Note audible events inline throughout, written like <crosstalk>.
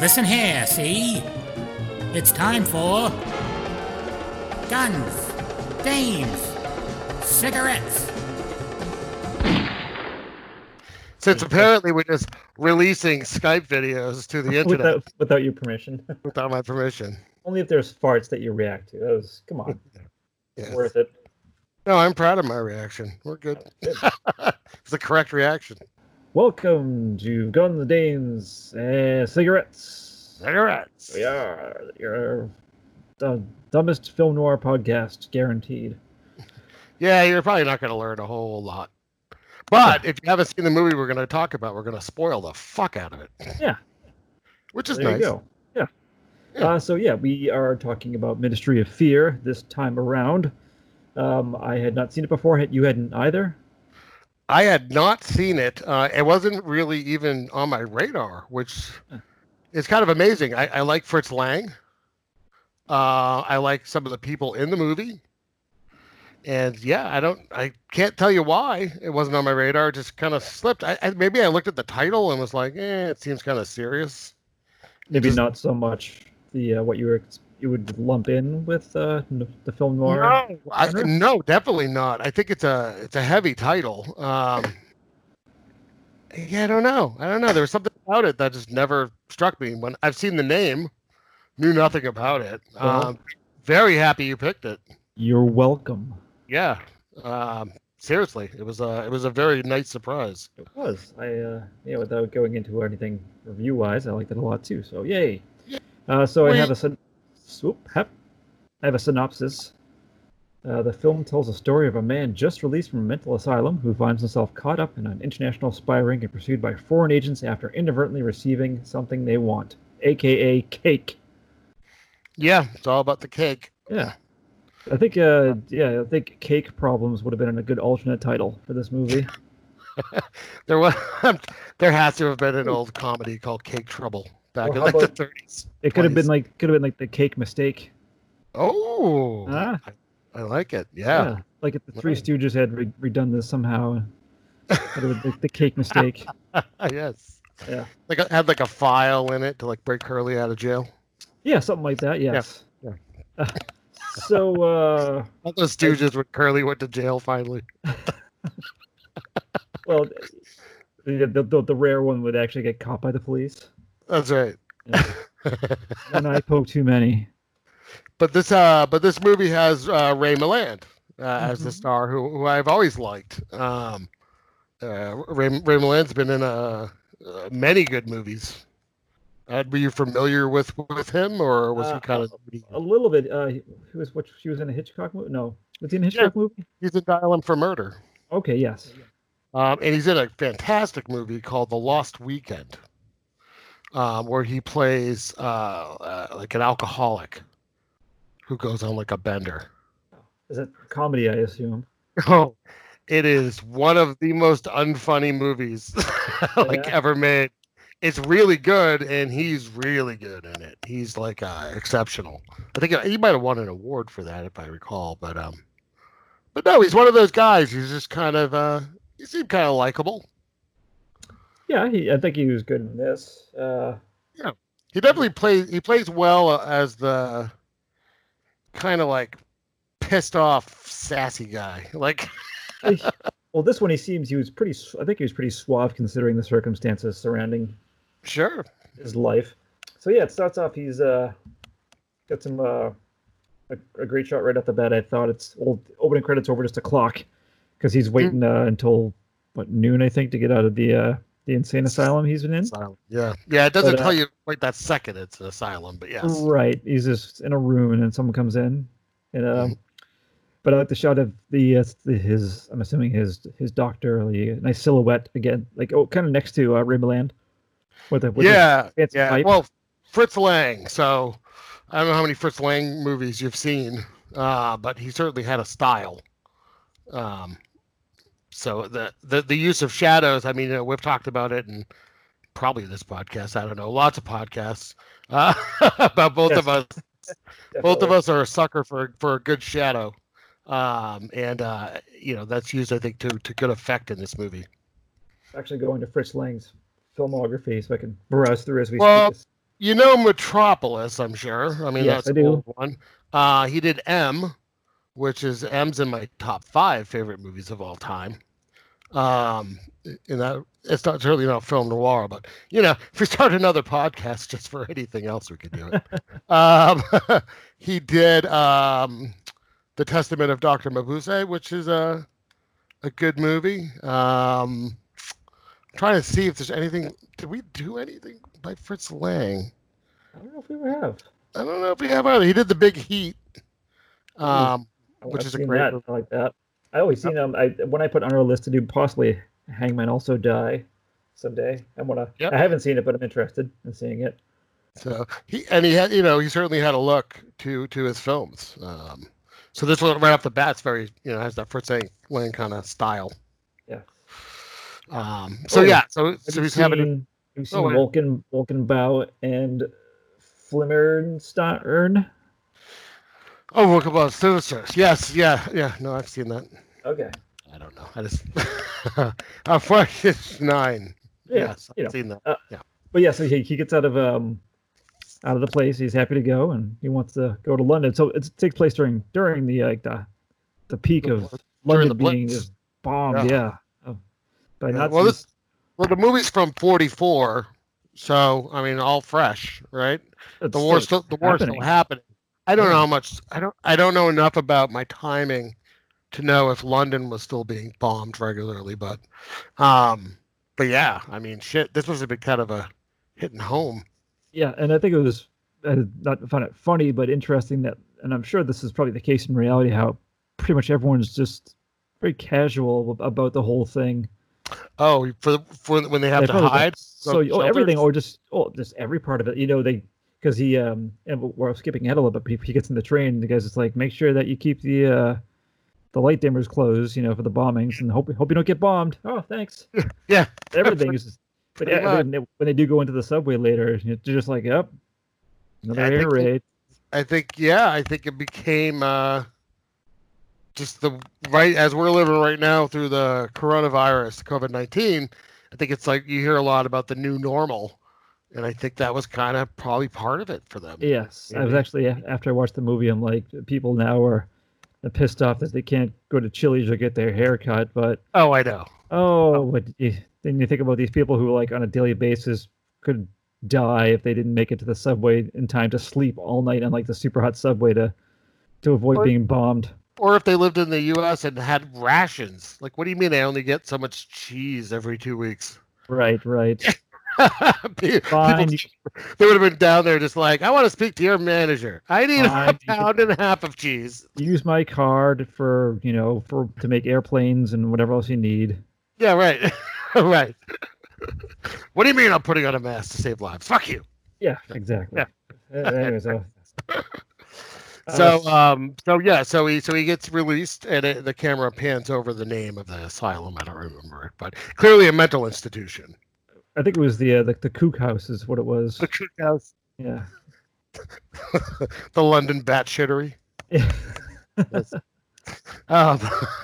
Listen here, see? It's time for. Guns, dames, cigarettes. Since apparently we're just releasing Skype videos to the internet without without your permission. <laughs> without my permission. Only if there's farts that you react to. That was come on, <laughs> Yes. worth it. No, I'm proud of my reaction. We're good. <laughs> it's the correct reaction. Welcome to Guns, Dames, and Cigarettes. Cigarettes. We are your the dumbest film noir podcast, guaranteed. Yeah, you're probably not going to learn a whole lot. But if you haven't seen the movie we're going to talk about, we're going to spoil the fuck out of it. Yeah. Which is there nice. you go. Yeah. Uh, so yeah, we are talking about Ministry of Fear this time around. Um, I had not seen it before. had- You hadn't either. I had not seen it. Uh, it wasn't really even on my radar, which Huh. is kind of amazing. I, I like Fritz Lang. Uh, I like some of the people in the movie. And yeah, I don't, I can't tell you why it wasn't on my radar. It just kind of slipped. I, I, maybe I looked at the title and was like, eh, it seems kind of serious. Maybe Just- not so much the uh, what you were ex- you would lump in with uh, n- the film noir. No, I, genre? no, definitely not. I think it's a it's a heavy title. Um, yeah, I don't know. I don't know. There was something about it that just never struck me. When I've seen the name, knew nothing about it. Well- Um, very happy you picked it. You're welcome. Yeah. Um, seriously, it was a it was a very nice surprise. It was. I uh, yeah. Without going into anything review wise, I liked it a lot too. So yay. Uh, so I have a syn- swoop. Hep. I have a synopsis. Uh, the film tells the story of a man just released from a mental asylum who finds himself caught up in an international spy ring and pursued by foreign agents after inadvertently receiving something they want, aka cake. Yeah, it's all about the cake. Yeah. I think uh yeah, I think cake problems would have been a good alternate title for this movie. There was <laughs> there has to have been an old comedy called Cake Trouble back Well, in how like about- the 30s. It could have been Twice. like could have been like the cake mistake. Oh, Ah. I, I like it. Yeah. Like if the Three Right. Stooges had re- redone this somehow. It would the, the <laughs> cake mistake. Oh, yes. Yeah. Like it had like a file in it to like break Curly out of jail. Yeah, something like that, yes. yeah. Uh, so uh All those stooges when Curly went to jail finally. well the, the, the, the rare one would actually get caught by the police. That's right. One eye poke too many. But this uh but this movie has uh Ray Milland uh, as the Mhm. star who who I've always liked. Um uh Ray Ray Milland's been in uh, uh many good movies. Uh, were you familiar with with him or was he Uh, kind of A little bit. Uh who was what she was in a Hitchcock movie? No. Was he in a Yeah. Hitchcock movie? he's in Dial for Murder. Okay, yes. Um, and he's in a fantastic movie called The Lost Weekend, um, where he plays uh, uh, like an alcoholic who goes on like a bender. <laughs> Is it comedy, I assume? Oh, it is one of the most unfunny movies <laughs> like Yeah. ever made. It's really good, and he's really good in it. He's like uh, exceptional. I think he might have won an award for that if I recall, but um, but no, he's one of those guys. He's just kind of uh, he seemed kind of likable. Yeah, he, I think he was good in this. Uh, He definitely plays. He plays well uh, as the kind of like pissed off, sassy guy. <laughs> Like, he- well, this one he seems he was pretty. s- I think he was pretty suave considering the circumstances surrounding sure, his life. So yeah, it starts off. He's uh, got some uh, a, a great shot right off the bat. I thought it's old opening credits over just a clock because he's waiting uh, until what noon I think to get out of the uh, the insane asylum he's been in. asylum. Yeah, yeah. It doesn't But, uh, tell you like that second it's an asylum, but yes, Right. He's just in a room, and then someone comes in, and Mm-hmm. um, but I like the shot of the, uh, the his. I'm assuming his his doctor, the nice silhouette again, like oh, kind of next to uh, Rimland, with a with his- yeah, it's yeah. pipe. Well, Fritz Lang. So I don't know how many Fritz Lang movies you've seen, uh, but he certainly had a style. Um, so the, the the use of shadows. I mean, you know, we've talked about it in probably this podcast. I don't know, lots of podcasts. Uh, <laughs> about both of us, both of definitely. us are a sucker for for a good shadow, um, and uh, you know that's used, I think, to to good effect in this movie. actually going to Fritz Lang's filmography so I can browse through as we Well, speak. you know Metropolis, I'm sure. I mean, Yes, that's I an do. old one. Uh, he did M, which is M's in my top five favorite movies of all time. Um, and that it's not certainly not film noir, but you know, if we start another podcast just for anything else, we could do it. <laughs> um, <laughs> he did um, the Testament of Doctor Mabuse, which is a a good movie. Um, trying to see if there's anything. Did we do anything by Fritz Lang? I don't know if we ever have. I don't know if we have either. He did the Big Heat. Um, Oh, Which I've is a seen great that. movie. I like that. I always seen them. I when I put on our list to do possibly Hangman also die someday. I want to. Yep. I haven't seen it, but I'm interested in seeing it. so he and he had, you know, he certainly had a look to to his films. Um, so this one right off the bat's very, you know, has that Fritz Lang- Lang kind of style. Yeah. Um, so Oh, yeah, so Have so you he's seen, having a- have you seen Oh, yeah. Vulcan, Vulcan Bow and Flimmernstern? oh, we're about Sinister. Yes, yeah, yeah. No, I've seen that. Okay. I don't know. I <laughs> just uh, Frankenstein <laughs> nine. Yeah, yes, I've you know. seen that. But yeah, so he, he gets out of um out of the place. He's happy to go, and he wants to go to London. So it's- it takes place during during the like the the peak The of blitz. During London the being blitz. just bombed. Yeah. Oh, by Yeah, Nazis. well, this- Well, the movie's from '44, so I mean, all fresh, right? It's the war still- still the war still happening. happening. I don't Yeah. know how much I don't I don't know enough about my timing to know if London was still being bombed regularly, but um but yeah, I mean shit, this was a bit kind of a hitting home. Yeah, and I think it was I did not found it funny, but interesting that, and I'm sure this is probably the case in reality, how pretty much everyone's just very casual ab- about the whole thing. Oh, for for when they have They to probably don't- hide. So from oh, everything, shelters? or just oh, just every part of it. You know, they because he um, and we- we're skipping ahead a little bit. But he- he gets in the train, and the guys just like make sure that you keep the uh, the light dimmers closed, you know, for the bombings, and hope hope you don't get bombed. Oh, thanks. <laughs> Yeah. <laughs> everything is. Just, but Pretty yeah, when they, when they do go into the subway later, you know, they're just like, yep, another I air think they- raid. I think yeah, I think it became uh just the right as we're living right now through the coronavirus, COVID nineteen. I think it's like you hear a lot about the new normal, and I think that was kind of probably part of it for them. Yes, I was Maybe. actually a- after I watched the movie, I'm like, people now are pissed off that they can't go to Chili's or get their hair cut. But Oh, I know. oh, what, eh, then you think about these people who, like, on a daily basis, could die if they didn't make it to the subway in time to sleep all night on like the super hot subway to to avoid Or- being bombed. Or if they lived in the U.S. and had rations, like what do you mean I only get so much cheese every two weeks? <laughs> Right, right. Pe- Fine, People, they would have been down there just like, I want to speak to your manager. I need Fine, a you can- pound and a half of cheese. Use my card for you know for to make airplanes and whatever else you need. Yeah, right. <laughs> right. what do you mean I'm putting on a mask to save lives? Fuck you. Yeah, exactly. Uh, Anyways, uh, So um so yeah, so he so he gets released and it, the camera pans over the name of the asylum. I don't remember it, but clearly a mental institution. I think it was the uh, the, the Kook House is what it was. The Cook House, Yeah. the London bat shittery. Um,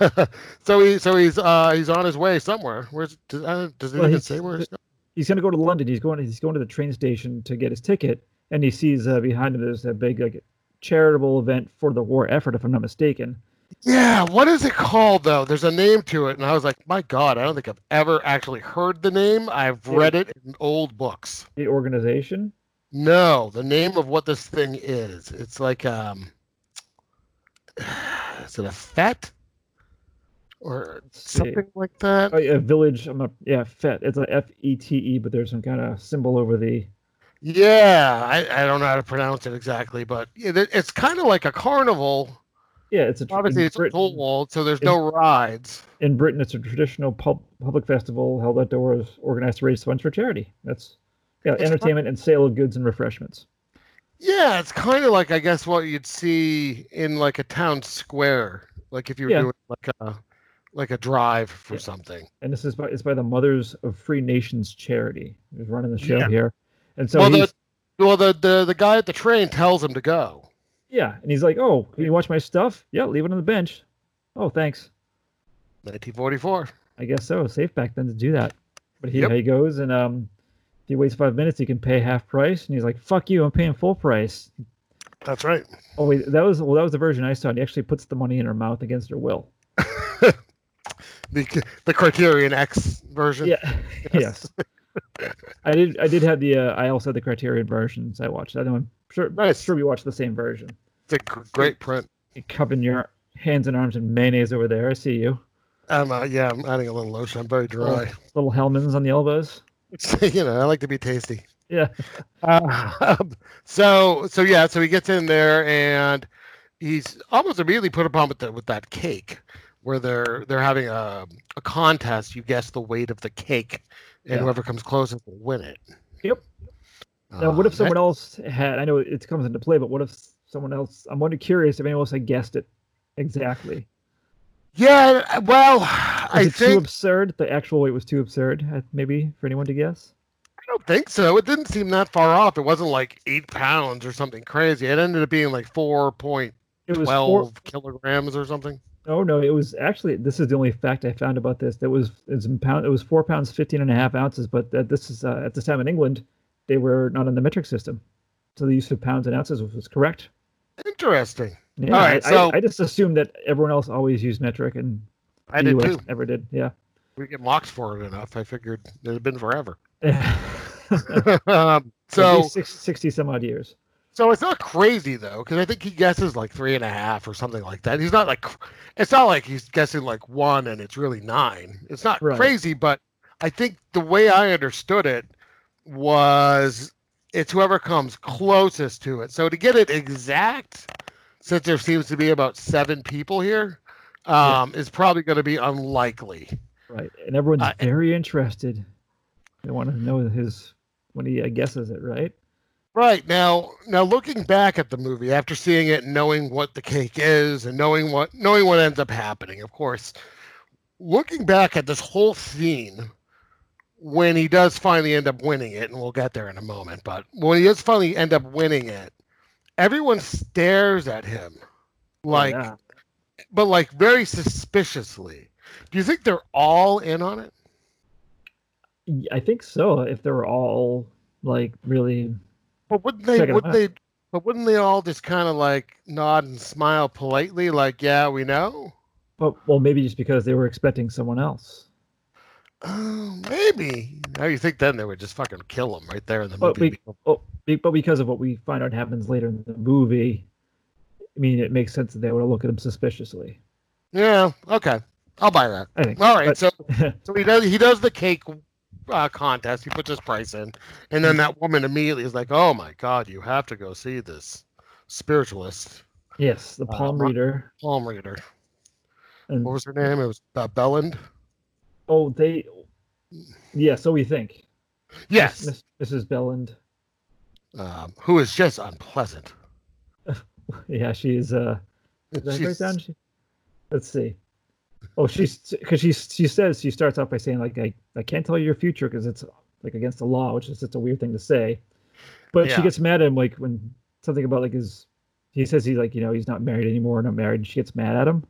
<laughs> so he so he's uh he's on his way somewhere. Where's does, uh, does it Well, even he's- say where he's going? he's gonna go to London. He's going. He's going to the train station to get his ticket, and he sees uh, behind him there's a big like charitable event for the war effort, if I'm not mistaken. Yeah, what is it called though? There's a name to it, and I was like, my God, I don't think I've ever actually heard the name. I've Yeah. read it in old books. The organization. No, the name of what this thing is. It's like um <sighs> is it a fet? Or Let's see. something like that? Oh, yeah, village. I'm not. Yeah, FET. It's a F E T E, but there's some kind of symbol over the. Yeah, I, I don't know how to pronounce it exactly, but it, it's kind of like a carnival. Yeah, it's a. tr- Obviously, in, it's Brit- full walled, so there's in- no rides. in Britain, it's a traditional pub- public festival held outdoors, organized to raise funds for charity. That's yeah, It's fun. entertainment and sale of goods and refreshments. Yeah, it's kind of like I guess what you'd see in like a town square, like if you were Yeah. doing like a like a drive for Yeah. something. and this is by it's by the Mothers of Free Nations charity who's running the show Yeah. here, and so Well, the- he's, Well, the, the the guy at the train tells him to go. yeah, and he's like, "Oh, can you watch my stuff? Yeah, leave it on the bench." Oh, thanks. 1944. I guess so. Safe back then to do that, but he Yep. he goes and um, If he waits five minutes, he can pay half price. And he's like, "Fuck you! I'm paying full price." That's right. Oh wait, that was well, that was the version I saw. He actually puts the money in her mouth against her will. The the Criterion X version. Yeah. <laughs> yes. I did. I did have the. Uh, I also had the Criterion versions. I watched. I know. I'm sure. Nice. Sure, we watched the same version. It's a gr- great print. You cupping your hands and arms in mayonnaise over there. I see you. I'm uh, yeah, I'm adding a little lotion. I'm very dry. Little Hellman's on the elbows. <laughs> Oh. you know, I like to be tasty. Yeah. Um, so so yeah, so he gets in there and he's almost immediately put upon with the, with that cake where they're they're having a a contest. You guess the weight of the cake, and Yeah. whoever comes closest will win it. Yep. Now, what Uh, if someone else had? I know it comes into play, but what if someone else? I'm wondering, curious if anyone else had guessed it exactly. Yeah, uh, well, Was I it too think absurd? The actual weight was too absurd, uh, maybe for anyone to guess. I don't think so. It didn't seem that far off. It wasn't like eight pounds or something crazy. It ended up being like four point It was four, twelve kilograms or something. Oh no, it was actually this is the only fact I found about this. That was it's in pound it was four pounds fifteen and a half ounces, but that this is uh, at this time in England, they were not on the metric system. So the use of pounds and ounces was, was correct. Interesting. Yeah, All right, I, so- I, I just assumed that everyone else always used metric and I the did US too. never did. <laughs> Yeah. <laughs> We get mocked for it enough. I figured it had been forever. <laughs> At um, so least six, 60 some odd years. So it's not crazy though, because I think he guesses like three and a half or something like that. He's not like, cr- it's not like he's guessing like one and it's really nine. It's not Right. crazy, but I think the way I understood it was it's whoever comes closest to it. So to get it exact, since there seems to be about seven people here, Yeah. um, is probably going to be unlikely. Right. And everyone's Uh, very interested. They want to know his when he uh, guesses it, right? Right now, now looking back at the movie after seeing it, and knowing what the cake is, and knowing what knowing what ends up happening, of course, looking back at this whole scene when he does finally end up winning it, and we'll get there in a moment, but when he does finally end up winning it, everyone stares at him, like, Yeah. but like very suspiciously. Do you think they're all in on it? Y- I think so. If they were all like really But wouldn't they? Check it Wouldn't out. they? But wouldn't they all just kind of like nod and smile politely, like, "Yeah, we know." But well, maybe just because they were expecting someone else. Oh, maybe. Now you think then they would just fucking kill him right there in the But movie. we, oh, be- but because of what we find out happens later in the movie, I mean, it makes sense that they would look at him suspiciously. Yeah. Okay. I'll buy that. I think. All right. But- so so he does he does the cake uh, contest. He puts his price in, and then that woman immediately is like, "Oh my god, you have to go see this spiritualist <laughs> yes, the palm Uh, reader. palm reader." And What was her name? It was uh, Belland. oh, they. Yeah, so we think. Yes. Miss, Mrs. Belland. Um, who is just unpleasant. Yeah, she is. Uh, is that right She's- down? She, let's see. Oh, she's because she she says she starts off by saying like I, I can't tell you your future because it's like against the law, which is just a weird thing to say. But Yeah. she gets mad at him like when something about like his he says he's like you know he's not married anymore, not married. And she gets mad at him.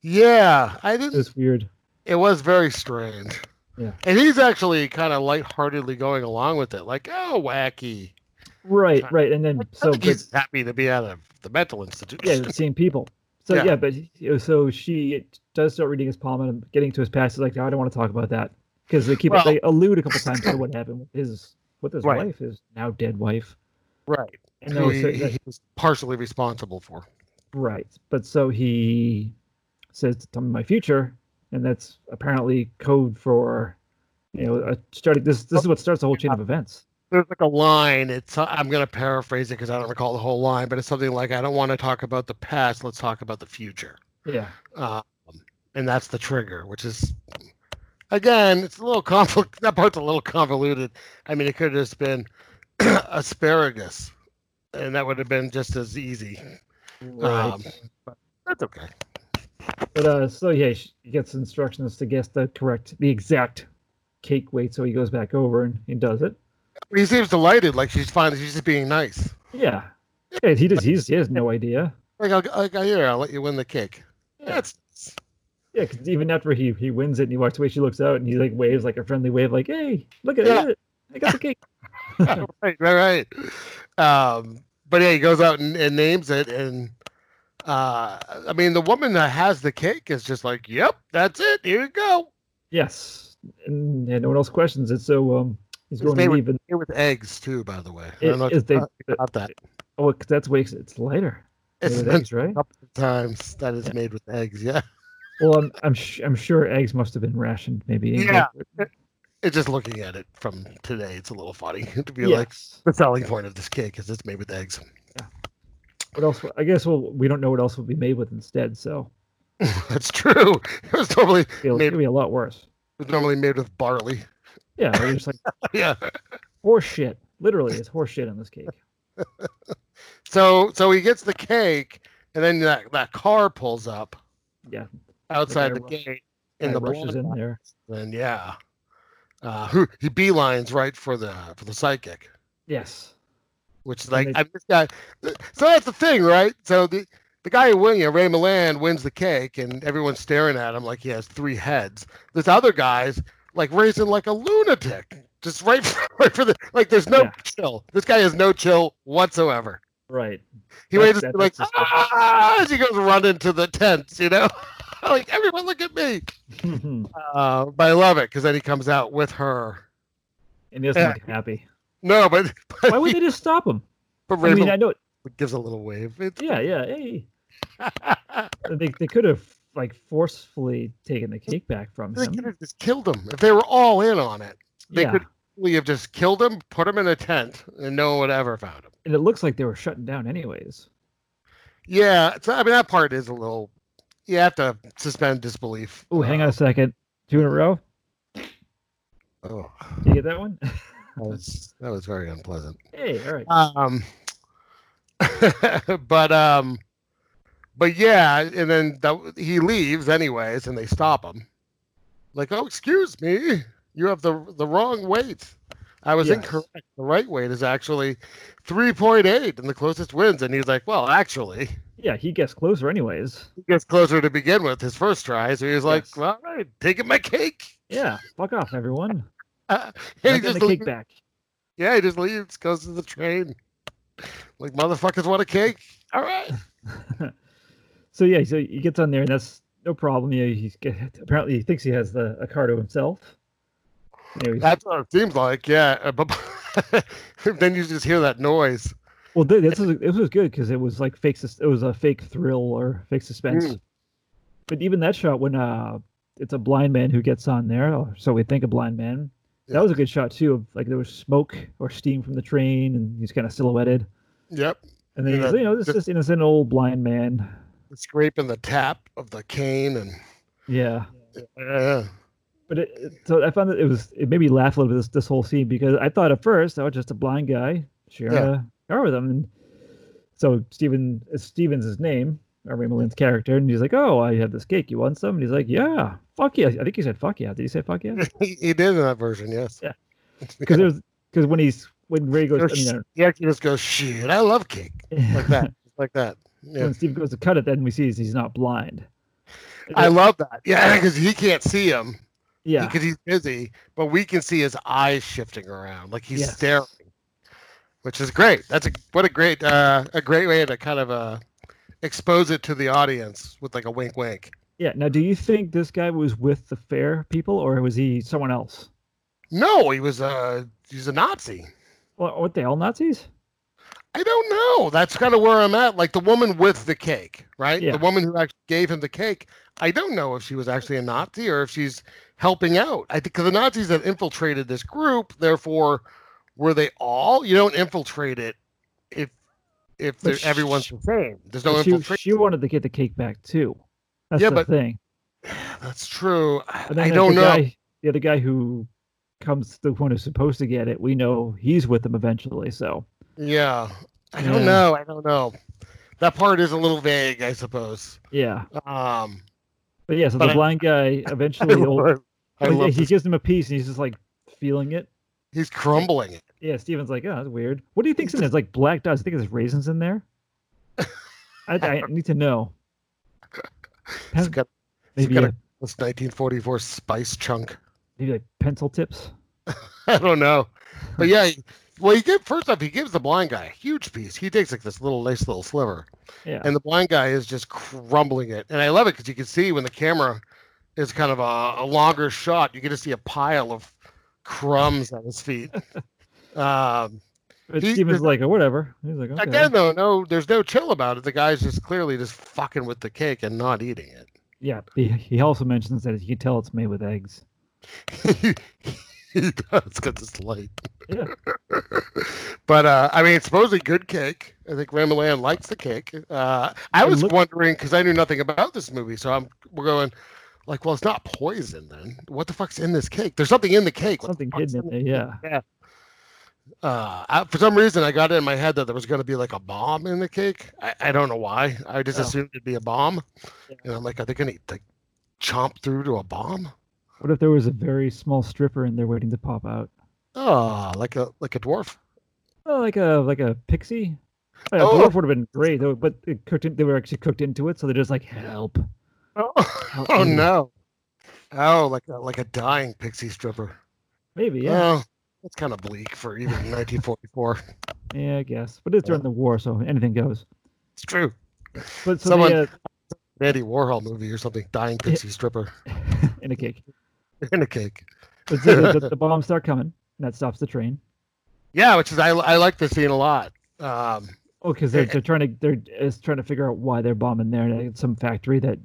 Yeah, I didn't. It's weird. It was very strange. Yeah. And he's actually kind of lightheartedly going along with it, like, "Oh, wacky." Right, Try- right. And then So Hmm, so think but, he's happy to be out of the mental institution. <laughs> yeah, the same people. So Yeah. yeah, but he- so she does start reading his palm and getting to his past. Is like "No, I don't want to talk about that because they keep Well- they allude a couple times to <clears throat> what happened with his with his Right. wife, his now dead wife. right. And Who no, he, so, he was partially responsible for. right. But so he says, "Tell me my future," and that's apparently code for, you know, a starting. This this is what starts the whole chain of events. There's like a line. It's uh, I'm gonna paraphrase it because I don't recall the whole line, but it's something like, "I don't want to talk about the past. Let's talk about the future." Yeah, Um, and that's the trigger, which is again, it's a little conflict. <laughs> That part's a little convoluted. I mean, it could have just been <clears throat> asparagus, and that would have been just as easy. right. Um, but that's okay. But uh, so yeah, she gets instructions to guess the correct, the exact cake weight. So he goes back over and, and does it. He seems delighted, like she's finally she's just being nice. Yeah. Yeah, he does. He's, he has no idea. Like, I'll, like here, I'll let you win the cake. That's Yeah, because even after he he wins it and he walks away, she looks out and he like waves like a friendly wave, like "Hey, look at Yeah. it." I got the cake. <laughs> right, right, right. Um, but yeah, he goes out and, and names it, and uh, I mean, the woman that has the cake is just like, "Yep, that's it. Here you go." Yes, and, and no one else questions it. So um, he's His going to name leave. And Here with eggs too, by the way. I it, don't know if is they, you got that. oh, it- that's way it's lighter. Made It's with been eggs, right? a couple of times that is made with eggs. Yeah, <laughs> Well, I'm I'm, sh- I'm sure eggs must have been rationed. Maybe. Yeah. it's just looking at it from today. It's a little funny <laughs> to be like Yes. the selling point of this cake is it's made with eggs. <laughs> What else? I guess well, we don't know what else would be made with instead. So That's true. <laughs> It was normally it'll, Maybe- it'll be a lot worse. it was normally made with barley. <laughs> Yeah, they're just like yeah. horse shit. Literally, it's horse shit on this cake. So so he gets the cake, and then that, that car pulls up Yeah, outside guy the rush- gate in guy the rushes in there. And yeah, uh, who he beelines right for the for the psychic, Yes. which is And like they- I this guy. So that's the thing, right? So the the guy who wins, Ray Milan, wins the cake, and everyone's staring at him like he has three heads. This other guy's like raising like a lunatic, just right <laughs> for, right for the like. There's no Yeah. chill. This guy has no chill whatsoever. Right. <laughs> He That's- waits that- like that's suspicious. ah, as he goes running to the tents, you know, <laughs> like everyone look at me. and Uh, but I love it because then he comes out with her. he doesn't Yeah. look happy. No, but <laughs> but, Why would they just stop him? but I mean, Raymond I know. gives a little wave. It's, Yeah, yeah. <laughs> Hey, they they could have like forcefully taken the cake back from they could him. have just killed him if they were all in on it. they Yeah, could- We have just killed him, put him in a tent, and no one would ever found him. and it looks like they were shutting down anyways. Yeah, so I mean that part is a little. You have to suspend disbelief. Oh, hang on a second. Two in a row. Oh, You get that one? <laughs> that was that was very unpleasant. hey, all right. um <laughs> but um but yeah and then the, he leaves anyways and they stop him like oh excuse me you have the the wrong weight i was Yes. incorrect the right weight is actually 3.8 and the closest wins and he's like well actually Yeah, he gets closer anyways. he gets closer to begin with his first try so he was like Yes. well, all right taking my cake <laughs> Yeah, fuck off, everyone. Uh, and Not he getting just the leaves, cake back. yeah he just leaves goes to the train like motherfuckers want a cake all right <laughs> so yeah, so he gets on there, and that's no problem. Yeah, he's get, apparently he thinks he has the a car to himself. You know, he's- That's what it seems like, yeah. Uh, But <laughs> then you just hear that noise. well, th- this is it was good because it was like fake. Sus- it was a fake thrill or fake suspense. Mm. But even that shot when uh, it's a blind man who gets on there, or so we think a blind man. Yeah. That was a good shot too. Of like there was smoke or steam from the train, and he's kind of silhouetted. Yep, And then Yeah, he's, you know, this the- is innocent old blind man. the scrape and the tap of the cane, and uh, Yeah. yeah, But it, it- so I found that it was it made me laugh a little bit this this whole scene because I thought at first I was just a blind guy sharing Yeah. a car with him, and so Stephen it's Stevens his name, or Ray Malin's character, and he's like, "Oh, I have this cake. You want some?" And he's like, "Yeah, fuck yeah." I think he said "fuck yeah." Did he say "fuck <laughs> yeah"? <laughs> he, he did in that version, yes. Yeah. Because there's because when he's when Ray goes, I Or mean, uh, sh- I don't- he actually just goes, "Shit, I love cake," like that, like that. Yeah, <laughs> when Steve goes to cut it, then we see he's not blind. I love that. Yeah, because he can't see him yeah. because he's busy, but we can see his eyes shifting around, like he's Yes. staring, which is great. That's a what a great uh, a great way to kind of uh, expose it to the audience with like a wink, wink. Yeah. Now, do you think this guy was with the fair people, or was he someone else? No, he was a he's a Nazi. Well, aren't they all Nazis? I don't know. That's kind of where I'm at. Like the woman with the cake, right? Yeah. The woman who actually gave him the cake. I don't know if she was actually a Nazi or if she's helping out. I think because the Nazis have infiltrated this group, therefore, were they all? You don't infiltrate it if if But they're- sh- everyone's the same. There's no But she, infiltration. she wanted to get the cake back too. That's Yeah, the but- thing. That's true. I, But I then don't the know. Guy, the other guy who comes, the one who's supposed to get it, we know he's with them eventually. So Yeah, I don't Yeah. know. I don't know. That part is a little vague, I suppose. yeah, Um, but yeah, so But the I- blind guy eventually, <laughs> I will- love, I like, love he gives him a piece, and he's just like feeling it. He's crumbling it. Yeah, Steven's like, oh, that's weird. What do you think's in there? It's like black dots. I think there's raisins in there. I, <laughs> I need to know. He's Pen- got maybe, got uh, a- this 1944 spice chunk. <laughs> maybe like pencil tips. I don't know, but yeah. he- Well, he give first off he gives the blind guy a huge piece. He takes like this little nice little sliver, Yeah. and the blind guy is just crumbling it. And I love it because you can see when the camera is kind of a, a longer shot, you get to see a pile of crumbs at his <laughs> feet. um, But he- Steven's like, oh, whatever. He's like, okay. Again, though, no, there's no chill about it. The guy's just clearly just fucking with the cake and not eating it. Yeah. He, he also mentions that you can tell it's made with eggs. he does because it's light. Yeah. but uh, I mean, it's supposedly good cake. I think Ramelan likes the cake. Uh, I It was look- wondering because I knew nothing about this movie, so I'm we're going like, well, it's not poison then. What the fuck's in this cake? There's something in the cake. What the Something fuck's hidden in in there. Yeah. it? Uh, I, for some reason, I got it in my head that there was going to be like a bomb in the cake. I, I don't know why. I just Oh. assumed it'd be a bomb, Yeah. and I'm like, are they going to like chomp through to a bomb? What if there was a very small stripper in there waiting to pop out? Oh, like a like a dwarf. Oh, like a like a pixie. Oh, yeah, Oh. dwarf would have been great, though, but it cooked in, they were actually cooked into it, so they're just like help. <laughs> Oh, oh. no. Oh, like a, like a dying pixie stripper. Maybe, yeah, Oh, that's kind of bleak for even 1944. yeah, I guess. But it's during the war, so anything goes. It's true. But so Someone- they, <laughs> An Andy Warhol movie or something. Dying pixie stripper <laughs> uh, in a cake. in a cake. But so the, the, the bombs start coming, and that stops the train. Yeah, which is I I like this scene a lot. Um, Oh, because they're, they're trying to they're it's trying to figure out why they're bombing there and it's some factory that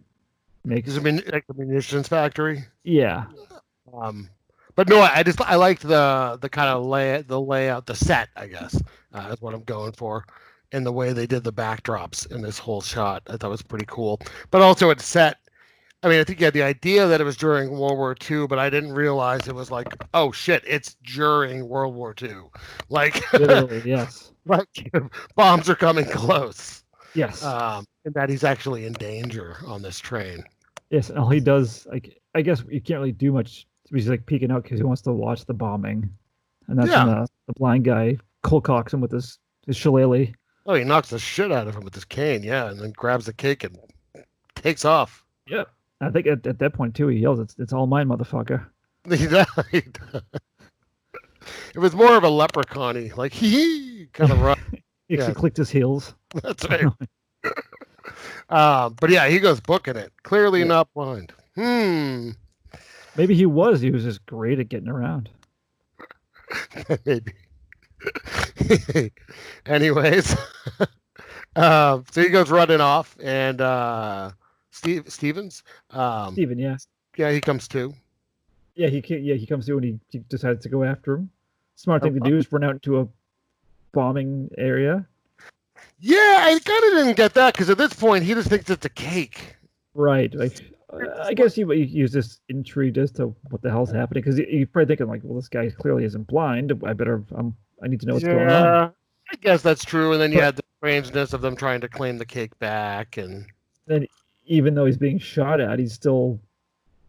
makes it's a mun- like the munitions factory. yeah Um, but no, I just I liked the the kind of lay the layout, the set, I guess, uh, is what I'm going for, and the way they did the backdrops in this whole shot. I thought was pretty cool. But also it set. I mean, I think you had the idea that it was during World War II, but I didn't realize it was like, oh shit, it's during World War II. Like, literally yes <laughs> like bombs are coming close, yes um, and that he's actually in danger on this train. yes. And all he does like I guess you can't really do much. He's like peeking out because he wants to watch the bombing, and that's when uh, the, the blind guy colcocks him with his his shillelagh. Oh, he knocks the shit out of him with his cane, yeah, and then grabs the cake and takes off. <laughs> Yep. I think at, at that point too he yells it's it's all mine motherfucker. He died. it was more of a leprechaun like <laughs> hee kind of run. <laughs> He Yeah. actually clicked his heels. That's right. <laughs> um, but yeah, he goes booking it. Clearly Yeah. not blind. Hmm. <laughs> Maybe he was. He was just great at getting around. Maybe. <laughs> Anyways. <laughs> um, so he goes running off and uh Steve Stevens. Um Steven, yeah. yeah, he comes too. Yeah, he ca- yeah he comes to and he, he decides to go after him. Smart Oh, thing to do is run out into a bombing area. Yeah, I kinda didn't get that because at this point he just thinks it's a cake. Right. Like, uh, I guess he, he he was just intrigued as to what the hell's happening because he, he's probably thinking like, well, this guy clearly isn't blind. I better um, I need to know what's going on. I guess that's true. And then you But- had the strangeness of them trying to claim the cake back, and Even though he's being shot at, he's still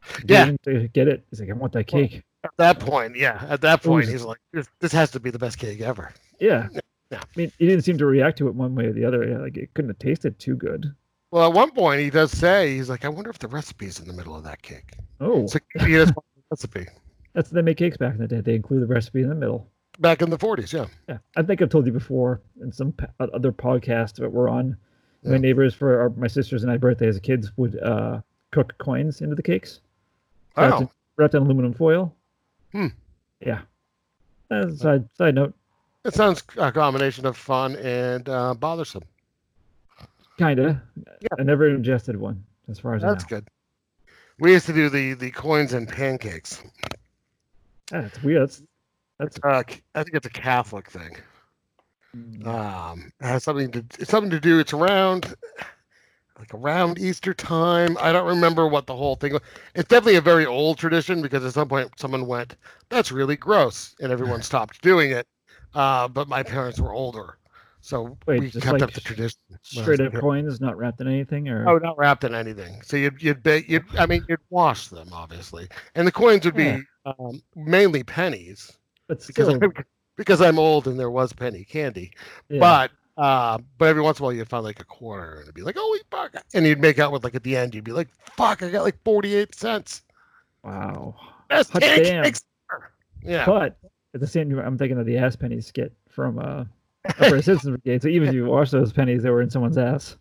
<laughs> Yeah. waiting to get it. He's like, I want that Well, cake. at that point, yeah, at that point, Ooh. he's like, "This- "This has to be the best cake ever." Yeah. Yeah. I mean, he didn't seem to react to it one way or the other. Yeah, Like, it couldn't have tasted too good. Well, at one point, he does say, "He's like, I wonder if the recipe's in the middle of that cake." Oh, So he just wants the recipe that's they make cakes back in the day. They include the recipe in the middle. back in the '40s, yeah. Yeah, I think I've told you before in some p- other podcast that we're on. Yeah. My neighbors for our, my sisters and I birthday as kids would uh, cook coins into the cakes wrapped, in, Oh, wrapped in aluminum foil. Hmm. Yeah. Uh, side side note, it sounds a combination of fun and uh, bothersome. kinda. I never ingested one as far as That's I know. good. We used to do the the coins and pancakes. That's weird. That's, that's Uh, I think it's a Catholic thing. um it has something to it's something to do it's around like around easter time i don't remember what the whole thing was it's definitely a very old tradition because at some point someone went that's really gross and <laughs> everyone stopped doing it uh but my parents were older so Wait, we just kept like up the sh- tradition when I was straight a up kid. coins, not wrapped in anything. Or Oh, not wrapped in anything. So you'd you'd ba- you'd I mean you'd wash them obviously, and the coins would be Yeah. um, mainly pennies <laughs> but because still, I'm, because I'm old and there was penny candy. yeah. But uh, but every once in a while you'd find like a quarter and it'd be like, holy fuck. And you'd make out with like at the end, you'd be like, fuck, I got like 48 cents. wow, That's Hot damn. pancakes. Yeah. But at the same time, I'm thinking of the ass penny skit from uh, <laughs> Upper Citizens Brigade. So even if you wash those pennies, they were in someone's ass.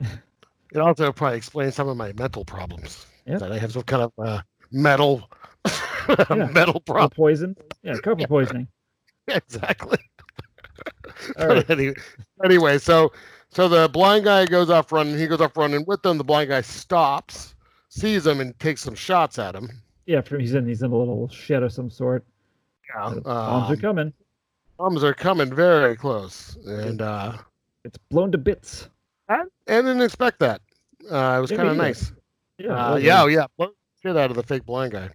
It also probably explains some of my mental problems. Yeah. That I have some kind of uh, metal <laughs> metal Or <laughs> problem. poison. Yeah, copper poisoning. Exactly. <laughs> All right. anyway, anyway, so so the blind guy goes off running. He goes off running with them. The blind guy stops, sees him, and takes some shots at him. Yeah, from, he's in he's in a little shed of some sort. Yeah. The bombs are Um, coming. bombs are coming very close, and uh, It's blown to bits. I didn't expect that. Uh, it was Me kind of neither. nice. Yeah. Uh, lovely. yeah, oh, yeah. Blow the Shit out of the fake blind guy,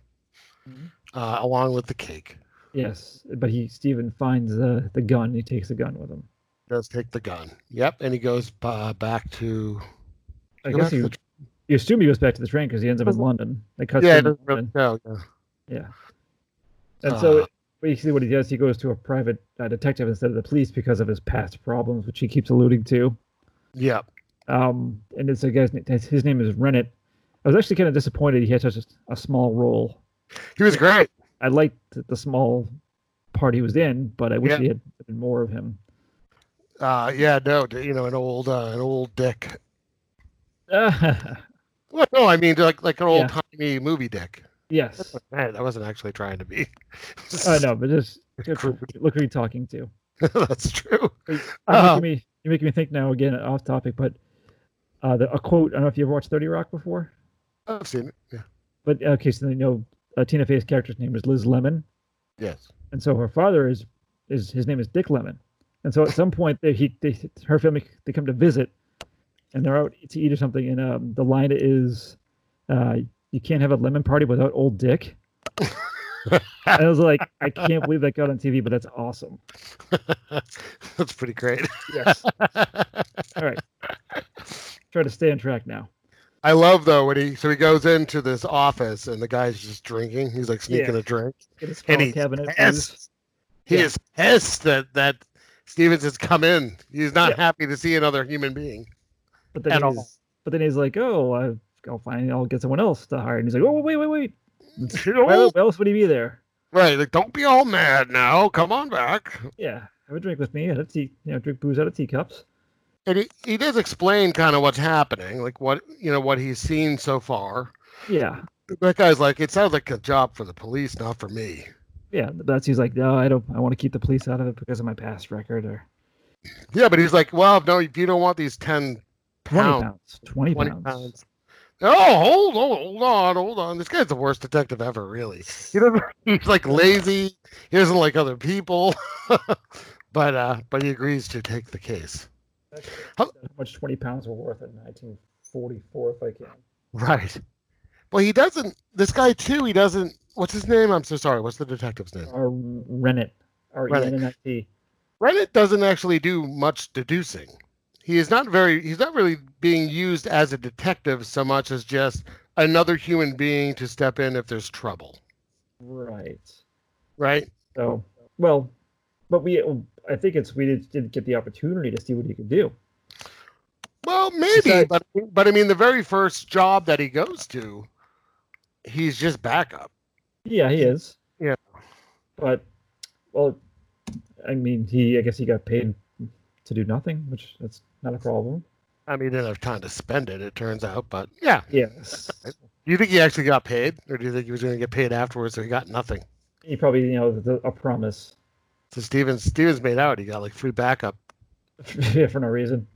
Mhm. uh, along with the cake. Yes, but he Stephen finds the the gun. He takes the gun with him. Does take the gun. Yep, and he goes uh, back to. I go guess back to he, the- you assume he goes back to the train because he ends up in London. They cut yeah, yeah, it doesn't really tell. Yeah. yeah. And so Uh. basically, what he does, he goes to a private uh, detective instead of the police because of his past problems, which he keeps alluding to. Yep. Um, and it's a guy's na- his his name is Rennet. I was actually kind of disappointed he had such a, a small role. He was great. I liked the- the small part he was in, but I wish Yeah. he had been more of him. Uh, yeah, no, d- you know, an old, uh, an old dick. <laughs> yes, Well, no, I mean like like an Yeah. old timey movie dick. Man, I wasn't actually trying to be. <laughs> I know, but just look who- Crude. look who you're talking to. That's true. You're Uh, making me you're making me think now again off topic, but uh, the, a quote. I don't know if you've watched Thirty Rock before, I've seen it. Yeah. but okay, so you know uh, Tina Fey's character's name is Liz Lemon, Yes. and so her father is is his name is Dick Lemon, and so at some point they, he they, her family they come to visit, and they're out to eat or something, and um, the line is, uh, "You can't have a lemon party without old Dick." and I was like, I can't believe that got on TV, but that's awesome. <laughs> That's pretty great. <laughs> Yes. All right. Try to stay on track now. I love though when he so he goes into this office and the guy's just drinking. He's like sneaking Yeah. a drink. Get his And file he's cabinet. please. Pissed. He Yeah. is pissed that that Stevens has come in. He's not Yeah. happy to see another human being. But then at all. he's, but then he's like, oh, I, I'll find, I'll get someone else to hire. And he's like, oh, wait, wait, wait. Why, el- why else would he be there? Right, like don't be all mad now. Come on back. Yeah, have a drink with me. Have a tea, you know, drink booze out of teacups. And he, he does explain kind of what's happening, like what you know what he's seen so far. Yeah, That guy's like, it sounds like a job for the police, not for me. yeah. That's he's like, no, I don't. I want to keep the police out of it because of my past record or Yeah, but he's like, well, no, if you don't want these ten twenty pounds, pounds, twenty, twenty pounds. pounds. Oh, hold on, hold on, hold on. This guy's the worst detective ever, really. He doesn't he's like lazy. He doesn't like other people. <laughs> but uh but he agrees to take the case. How much twenty pounds were worth in nineteen forty-four? If I can. Right. Well he doesn't this guy too, he doesn't what's his name? I'm so sorry, what's the detective's name? Or Rennet. Or Rennet. E-N-N-I-T. Reddit doesn't actually do much deducing. He is not very he's not really being used as a detective so much as just another human being to step in if there's trouble. Right. Right? So, well, but we, I think it's we did, did get the opportunity to see what he could do. Well, maybe, Besides- but but I mean the very first job that he goes to, he's just backup. Yeah, he is. Yeah. But, well, I mean, he, I guess he got paid to do nothing, which that's not a problem. I mean, he didn't have time to spend it, it turns out, but yeah. Yes. Do you think he actually got paid? Or do you think he was gonna get paid afterwards so he got nothing? He probably, you know, the, a promise <laughs> So Stevens Stevens made out, he got like free backup. yeah, for no reason.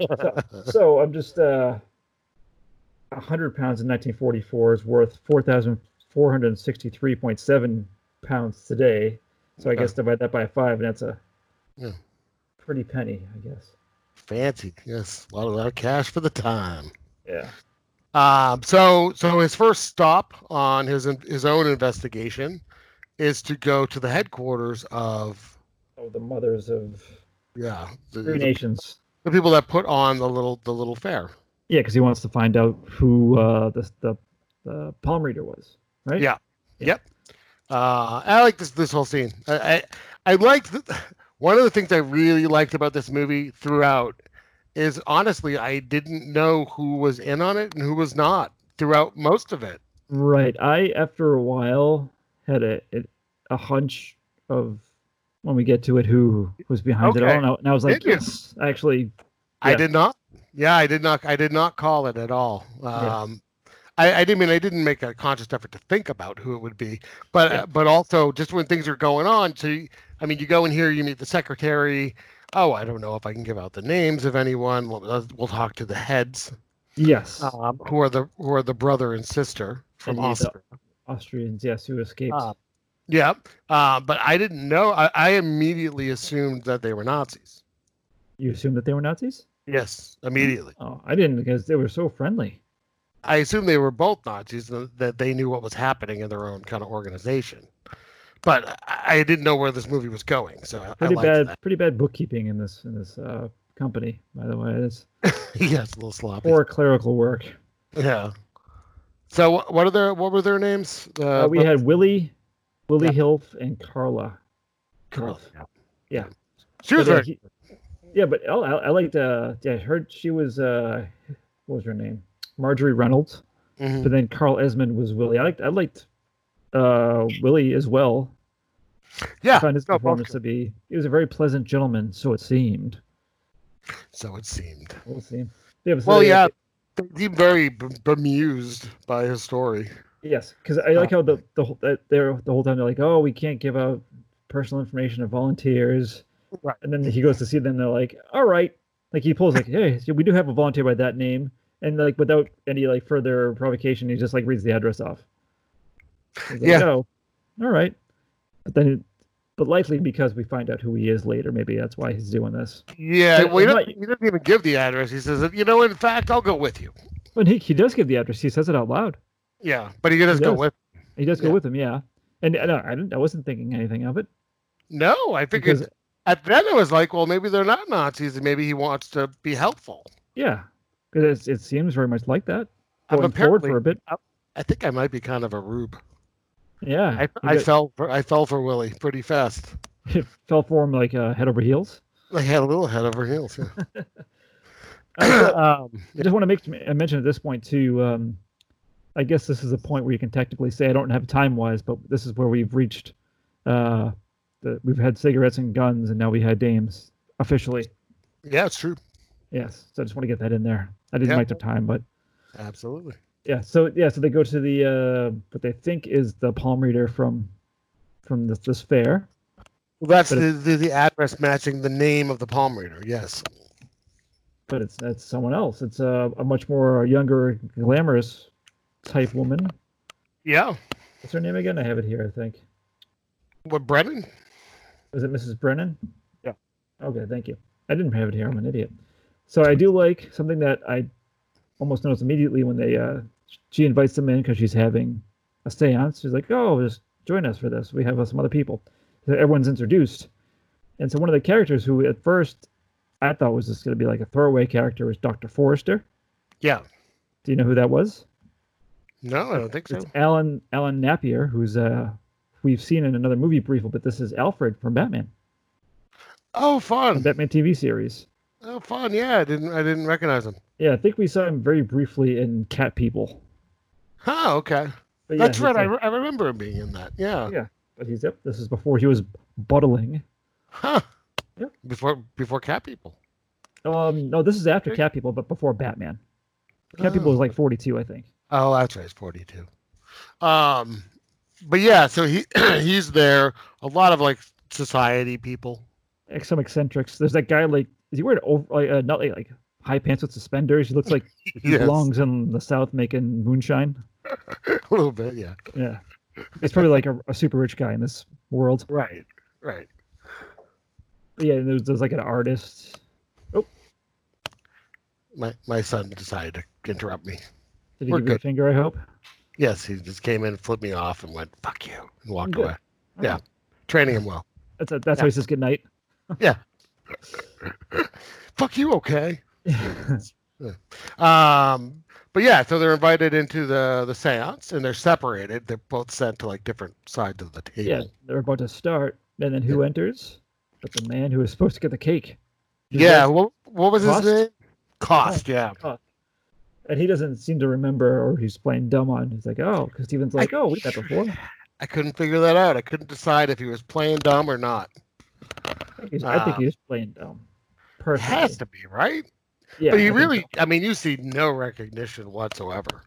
So, so I'm just, uh, 100 pounds in 1944 is worth 4,463.7 pounds today. So I Okay. guess divide that by five, and that's a Yeah. pretty penny, I guess. Fancy, yes. A lot of, lot of cash for the time. Yeah. Um, so, so his first stop on his his own investigation is to go to the headquarters of Oh, the mothers of yeah the, three the, nations. the people that put on the little the little fair. Yeah, because he wants to find out who uh, the, the the palm reader was, right? Yeah. Yep. Uh, I like this this whole scene. I I, I liked the, <laughs> one of the things I really liked about this movie throughout is honestly I didn't know who was in on it and who was not throughout most of it. Right. I after a while had a it, a hunch of when we get to it who was behind it Okay. all. And I, and I was like, Did you? yes, actually, I Yeah. did not. Yeah, I did not. I did not call it at all. Yeah. Um, I, I didn't mean I didn't make a conscious effort to think about who it would be, but Yeah. but also just when things are going on. So you- I mean, you go in here, you meet the secretary. Oh, I don't know if I can give out the names of anyone. We'll, uh, we'll talk to the heads, yes, um, who are the who are the brother and sister from And the- Austria. Austrians, yes, who escaped. Ah. Yeah, uh, but I didn't know. I, I immediately assumed that they were Nazis. You assumed that they were Nazis? Yes, immediately. Oh, I didn't because they were so friendly. I assume they were both Nazis th- that they knew what was happening in their own kind of organization. But I I didn't know where this movie was going, so I- I Pretty liked bad, that. <laughs> pretty bad bookkeeping in this in this uh, company, by the way. It's yes, a little sloppy. poor clerical work. yeah. So wh- what are their what were their names? Uh, we what- had Willie, Willie Yeah. Hilf, and Carla. Carla, Yeah. She was But, uh, very he- yeah, but I, I I liked. Uh, yeah, I heard she was. Uh, what was her name? Marjorie Reynolds. mhm. But then Carl Esmond was Willie. I liked. I liked uh, Willie as well. I yeah. found his no, both performance to be. He was a very pleasant gentleman, so it seemed. So it seemed. We'll see. Yeah, but so Well, they- yeah, they seemed very b- bemused by his story. Yes, because I Oh, like how the the whole that they're the whole time they're like, oh, we can't give out personal information to volunteers. Right. And then he goes to see them. They're like, all right. Like he pulls like, hey, so we do have a volunteer by that name, and like without any like further provocation, he just like reads the address off. He's like, Yeah. "Oh, all right. But then, it, but likely because we find out who he is later, maybe that's why he's doing this. Yeah, But well, he, I'm not- doesn't, he doesn't even give the address. He says, "You know, in fact, I'll go with you." When he he does give the address, he says it out loud. Yeah, but he doesn't go does. with. He does go Yeah. with him, yeah. And I, I didn't, I wasn't thinking anything of it. No, I think Because- it, at then it was like, well, maybe they're not Nazis, and maybe he wants to be helpful. Yeah, because it seems very much like that I'm going forward apparently, for a bit. I think I might be kind of a rube. Yeah, I, you I got- <laughs> fell for I fell for Willie pretty fast. fell for him like uh, head over heels. I had a little head over heels. yeah. Uh, um, I just want to make I mention at this point too. Um, I guess this is a point where you can technically say I don't have time wise, but this is where we've reached. Uh, the, we've had cigarettes and guns, and now we had dames officially. yeah, it's true. Yes, so I just want to get that in there. I didn't Yeah. make the time, but Absolutely. yeah. So yeah, so they go to the uh, what they think is the palm reader from from this, this fair. Well, that's But the, the the address matching the name of the palm reader. Yes. but it's that's someone else. It's a, a much more younger, glamorous type woman. Yeah. What's her name again? I have it here. I think. What Brennan? Is it Mrs. Brennan? Yeah. Okay, thank you. I didn't have it here. I'm an idiot. So I do like something that I almost noticed immediately when they uh, she invites them in because she's having a séance. She's like, "Oh, just join us for this. We have uh, some other people." So everyone's introduced, and so one of the characters who at first I thought was just going to be like a throwaway character was Dr. Forrester. Yeah. Do you know who that was? No, I don't think so. It's Alan Alan Napier, who's uh we've seen in another movie briefly, but this is Alfred from Batman, Oh, the fun. Batman TV series. Oh, fun. Yeah, I didn't I didn't recognize him. Yeah, I think we saw him very briefly in Cat People. Oh, okay. But yeah, That's he's right. I, like- re- I remember him being in that. Yeah. but he's yep. This is before he was bottling. Huh. Yeah. Before before cat people. Um, no, this is after Okay. Cat People, but before Batman. Cat Oh. People was like forty-two, I think. Oh, that's right. It's 42. Um, but yeah, so he <clears throat> he's there. A lot of like society people. <laughs> Ex- Some eccentrics. There's that guy like is he wearing over like uh, not like, like high pants with suspenders? <laughs> He looks like he Yes, belongs in the South making moonshine. a little bit. Yeah. Yeah, he's probably like a, a super rich guy in this world. Right. Right. Yeah, and there's, there's like an artist. My my son decided to interrupt me. Did he We're give you a good. finger? I hope. Yes, he just came in, flipped me off, and went "fuck you" and walked Good. away. Yeah, training him well. That's that's how he says good night. <laughs> Fuck you, okay? Um, but yeah, so they're invited into the the séance, and they're separated. They're both sent to like different sides of the table. yeah, they're about to start, and then who enters? But the man who is supposed to get the cake. His Yeah, name- what, what was Cost? Oh. his name? Cost, yeah. <laughs> and he doesn't seem to remember, or he's playing dumb on. He's like, oh, because Steven's like, oh, we did that before. I couldn't figure that out. I couldn't decide if he was playing dumb or not. I think he's, I think Uh, he's playing dumb. It Personally. has to be, right? yeah, but I you think really, I mean, you see no recognition whatsoever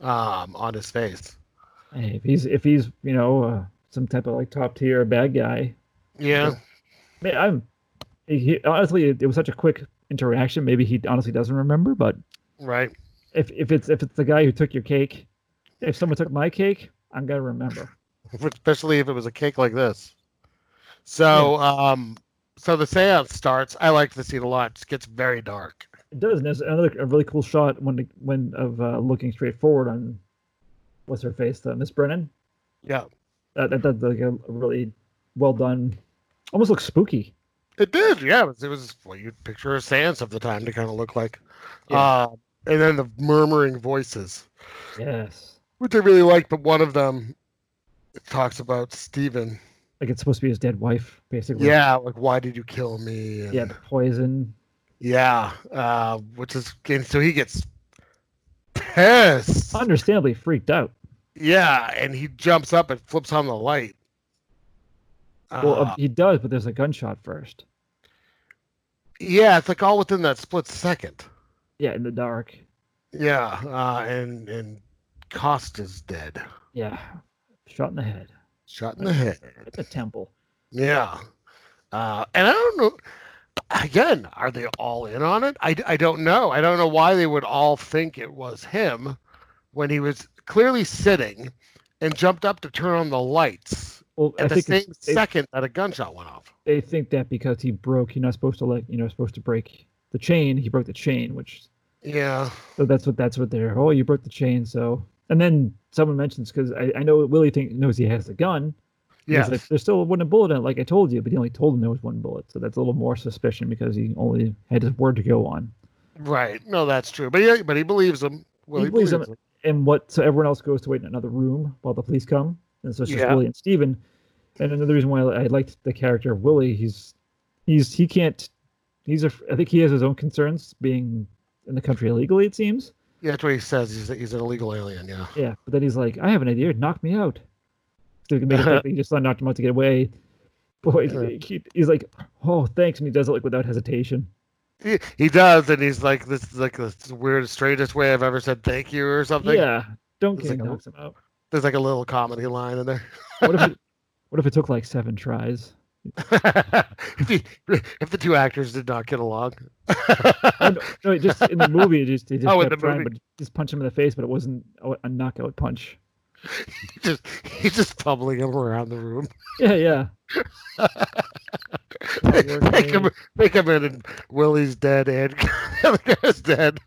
um, on his face. so. Hey, if he's if he's you know uh, some type of like top tier bad guy, Yeah. man, I'm he- he, honestly it, it was such a quick interaction. Maybe he honestly doesn't remember, but Right. <laughs> if if it's if it's the guy who took your cake, if someone took my cake, I'm gonna remember. Especially if it was a cake like this. So, um, so the seance starts. I like the scene a lot. It gets very dark. It does. And there's another a really cool shot when when of uh, looking straight forward on what's her face, uh, Miss Brennan. Yeah. That that that's like a really well done, almost looks spooky. It did, yeah. It was, it was what you'd picture a seance of the time to kind of look like. Yeah. Uh, and then the murmuring voices, Yes, which I really like, but one of them talks about Stephen. like it's supposed to be his dead wife, basically. Yeah, like, why did you kill me? And- yeah, the poison. Yeah. Uh, which is, and so he gets pissed. Understandably freaked out. Yeah, and he jumps up and flips on the light. well, Uh, uh, he does, but there's a gunshot first. yeah, it's like all within that split second. Yeah, in the dark. Yeah, uh, and and Costa's dead, Yeah, shot in the head shot in the head. at the temple. Yeah. Uh, and I don't know. Again, are they all in on it? I, I don't know. I don't know why they would all think it was him when he was clearly sitting and jumped up to turn on the lights Well, at I the think same it's- they, second that a gunshot went off. they think that because he broke, you're not supposed to like, you know, supposed to break the chain. He broke the chain, which Yeah. So that's what that's what they're. Oh, you broke the chain, so. And then someone mentions because I, I know Willie think, knows he has the gun. and he's Yeah. Like, There's still one bullet in it, like I told you, but he only told him there was one bullet, so that's a little more suspicion because he only had his word to go on. Right. No, that's true. But yeah, but he believes him. Well, he, believes believes him. him. And what? So everyone else goes to wait in another room while the police come, and so it's just Yeah. Willie and Steven. And another reason why I liked the character of Willie, he's he's he can't. He's a. I think he has his own concerns being in the country illegally. It seems. Yeah, that's what he says. He's, he's an illegal alien. Yeah. Yeah, but then he's like, I have an idea. Knock me out. So he can make <laughs> it like he just knocked him out to get away. Boy, Yeah. he, he's like, oh, thanks, and he does it like without hesitation. He, he does. And he's like, this is like the weirdest, straightest way I've ever said thank you or something. yeah, don't It's get like a- knocks him out. There's like a little comedy line in there. What if it, <laughs> what if it took like seven tries? if, he, if the two actors did not get <laughs> along. Oh, no, no, it just <laughs> in the movie, it just they just Oh, in kept the trying, movie. but just punch him in the face, but it wasn't a, a knockout punch. just he's just fumbling him around the <laughs> room. Yeah, yeah. work, they, come, man. they come in and Willie's dead and <laughs> the other guy's dead.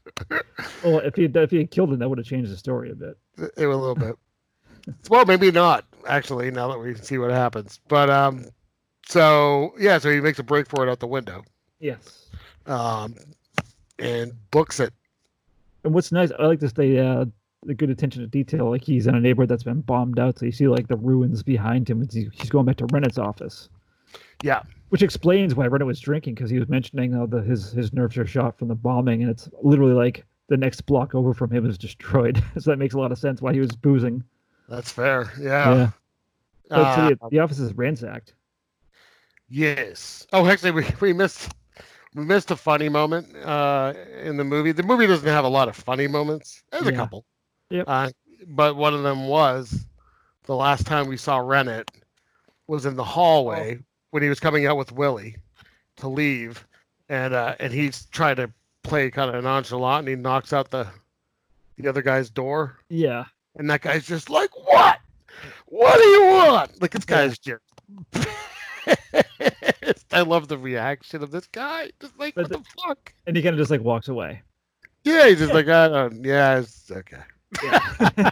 Well, if he had- if he had killed him, that would have changed the story a bit. It was a little bit. Well, maybe not, actually, now that we see what happens. But um so yeah, so he makes a break for it out the window. Yes. Um and books it. And what's nice, I like this they uh the good attention to detail. Like he's in a neighborhood that's been bombed out, so you see like the ruins behind him. and he- He's going back to Rennett's office. Yeah. Which explains why Rennett was drinking because he was mentioning how the his his nerves are shot from the bombing, and it's literally like the next block over from him is destroyed. <laughs> so that makes a lot of sense why he was boozing. That's fair. Yeah. Like, so the, Uh, the office is ransacked. Yes. Oh, actually, we, we missed we missed a funny moment uh, in the movie. The movie doesn't have a lot of funny moments. There's a Yeah. couple. Yep. Uh, but one of them was the last time we saw Rennet was in the hallway when he was coming out with Willie to leave, and uh, and he's trying to play kind of nonchalant, and he knocks out the the other guy's door, Yeah. and that guy's just like, "What? What do you want?" Like this Yeah. guy's just. I love the reaction of this guy. Just like, But what the, fuck? And he kind of just like walks away. <laughs> Yeah, he's just like, I don't. Yeah, it's okay.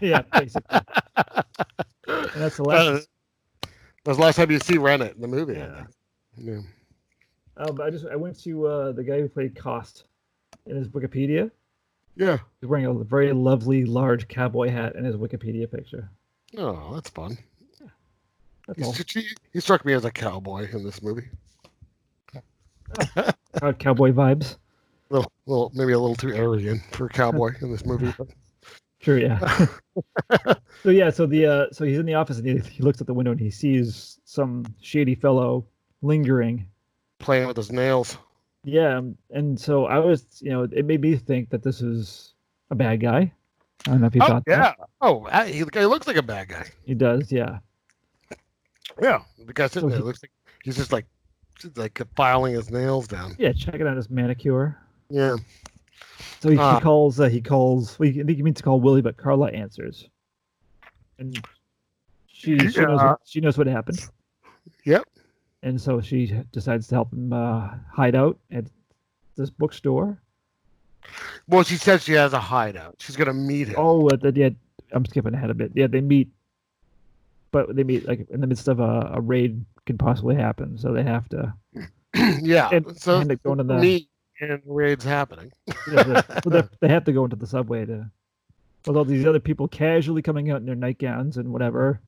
yeah, basically. And that's Uh, the last. That's the last time you see Rennet in the movie. I Yeah. think. Yeah. Uh, but I just I went to uh, the guy who played Cost in his Wikipedia. Yeah. He's wearing a very lovely large cowboy hat in his Wikipedia picture. Oh, that's fun. That's He, <laughs> all. st- he- he struck me as a cowboy in this movie. Proud cowboy vibes. Little, little, maybe a little too Aryan for a cowboy in this movie. But True, <laughs> yeah. so yeah, so the uh, so he's in the office and he, he looks at the window and he sees some shady fellow lingering. playing with his nails. Yeah, um, and so I was, you know, it made me think that this is a bad guy. I don't know if you Oh thought that. yeah. Oh, I, he, he looks like a bad guy. He does, yeah. Yeah, the guy sitting So there he- looks like he's just like just, like filing his nails down. Yeah, checking out his manicure. Yeah. So he, he Ah. calls. Uh, he calls. Well, he- I think he means to call Willie, but Carla answers, and she she, knows, Yeah. what, she knows what happened. Yep. And so she decides to help him uh, hide out at this bookstore. Well, she says she has a hideout. She's gonna meet him. Oh, uh, yeah. I'm skipping ahead a bit. Yeah, they meet, but they meet like in the midst of a, a raid could possibly happen, so they have to. <clears throat> yeah. and- so and they're going to the- meet and raid's happening. yeah, they- so they, they have to go into the subway to. With all these other people casually coming out in their nightgowns and whatever.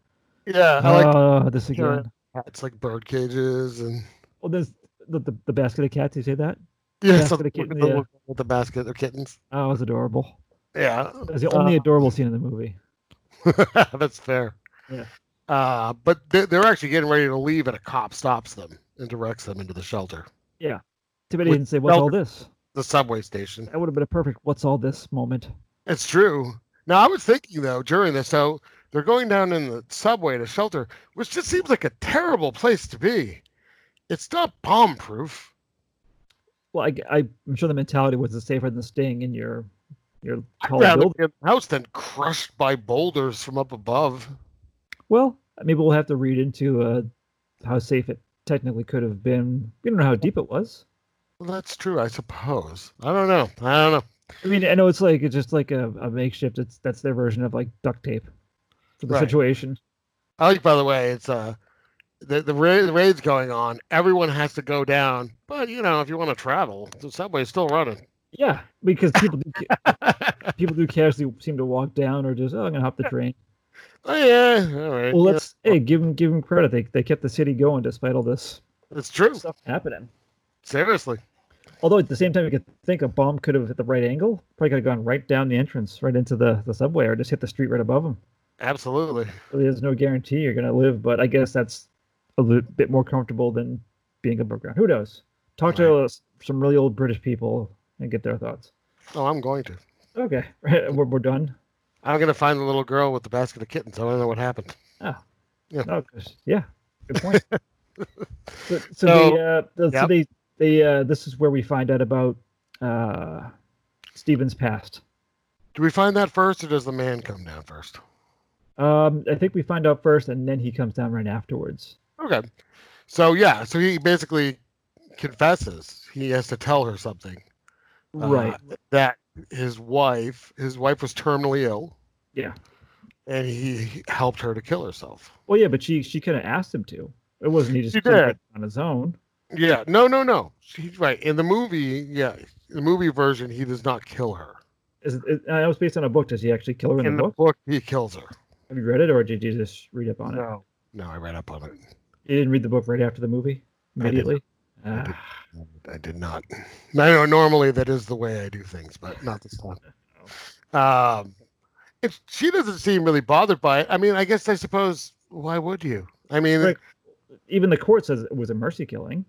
Yeah, I like oh, this Sure. again. cats Uh, like bird cages and Well, there's the, the, the basket of cats. You say that? yeah, Basket so of look at kittens, the, yeah. look at the basket of kittens. Oh, it was adorable. Yeah, <laughs> It was the only Uh, adorable scene in the movie. that's fair. Yeah. Uh, but they, they're actually getting ready to leave, and a cop stops them and directs them into the shelter, Timothy with didn't say, "What's all velvet- this?" the subway station. That would have been a perfect "What's all this?" moment. It's true. Now I was thinking though during this, so they're going down in the subway to shelter, which just seems like a terrible place to be. It's not bomb proof. Well, I, am sure the mentality was it's safer than staying in your your I'd tall rather building. be in the house than crushed by boulders from up above. Well, maybe we'll have to read into uh, how safe it technically could have been. We don't know how deep it was. Well, that's true, I suppose. I don't know. I don't know. I mean, I know it's like it's just like a, a makeshift. It's that's their version of like duct tape for the Right. situation. I like, by the way, it's uh, the the, ra- the raid's going on. Everyone has to go down, but you know, if you want to travel, the subway's still running. Yeah, because people do, ca- people do casually seem to walk down or just oh, I'm gonna hop the train. oh yeah, all right. Well, yeah, let's hey give them give them credit. They they kept the city going despite all this it's true. stuff happening. Seriously. Although at the same time, you could think a bomb could have hit the right angle. Probably could have gone right down the entrance, right into the, the subway, or just hit the street right above them. Absolutely. So there's no guarantee you're gonna live, but I guess that's a li- bit more comfortable than being above ground. Who knows? Talk to us some really old British people and get their thoughts. Oh, I'm going to. Okay, <laughs> we're, we're done. I'm gonna find the little girl with the basket of kittens. I don't know what happened. Oh, 'cause- yeah, good point. <laughs> so, so, So, they, uh, the- so yep. they, they, uh, this is where we find out about uh, Stephen's past. Do we find that first, or does the man come down first? Um, I think we find out first, and then he comes down right afterwards. Okay. So yeah, so he basically confesses. He has to tell her something. uh, that his wife, his wife was terminally ill, yeah. and he helped her to kill herself. Well, yeah, but she she kind of asked him to. It wasn't he just She did it did. on his own. Yeah. No, no, no. She's right. In the movie, yeah, the movie version, he does not kill her. Is, is, I know it's based on a book. Does he actually kill her Oh, in, the, book? he kills her. Have you read it, or did you just read up on it? No. No, I read up on it. You didn't read the book right after the movie did. immediately. I Ah, did. I did not. I know normally that is the way I do things, but not this <laughs> time. Oh. Um, it, she doesn't seem really bothered by it. I mean, I guess I suppose why would you? I mean, Right. even the court says it was a mercy killing.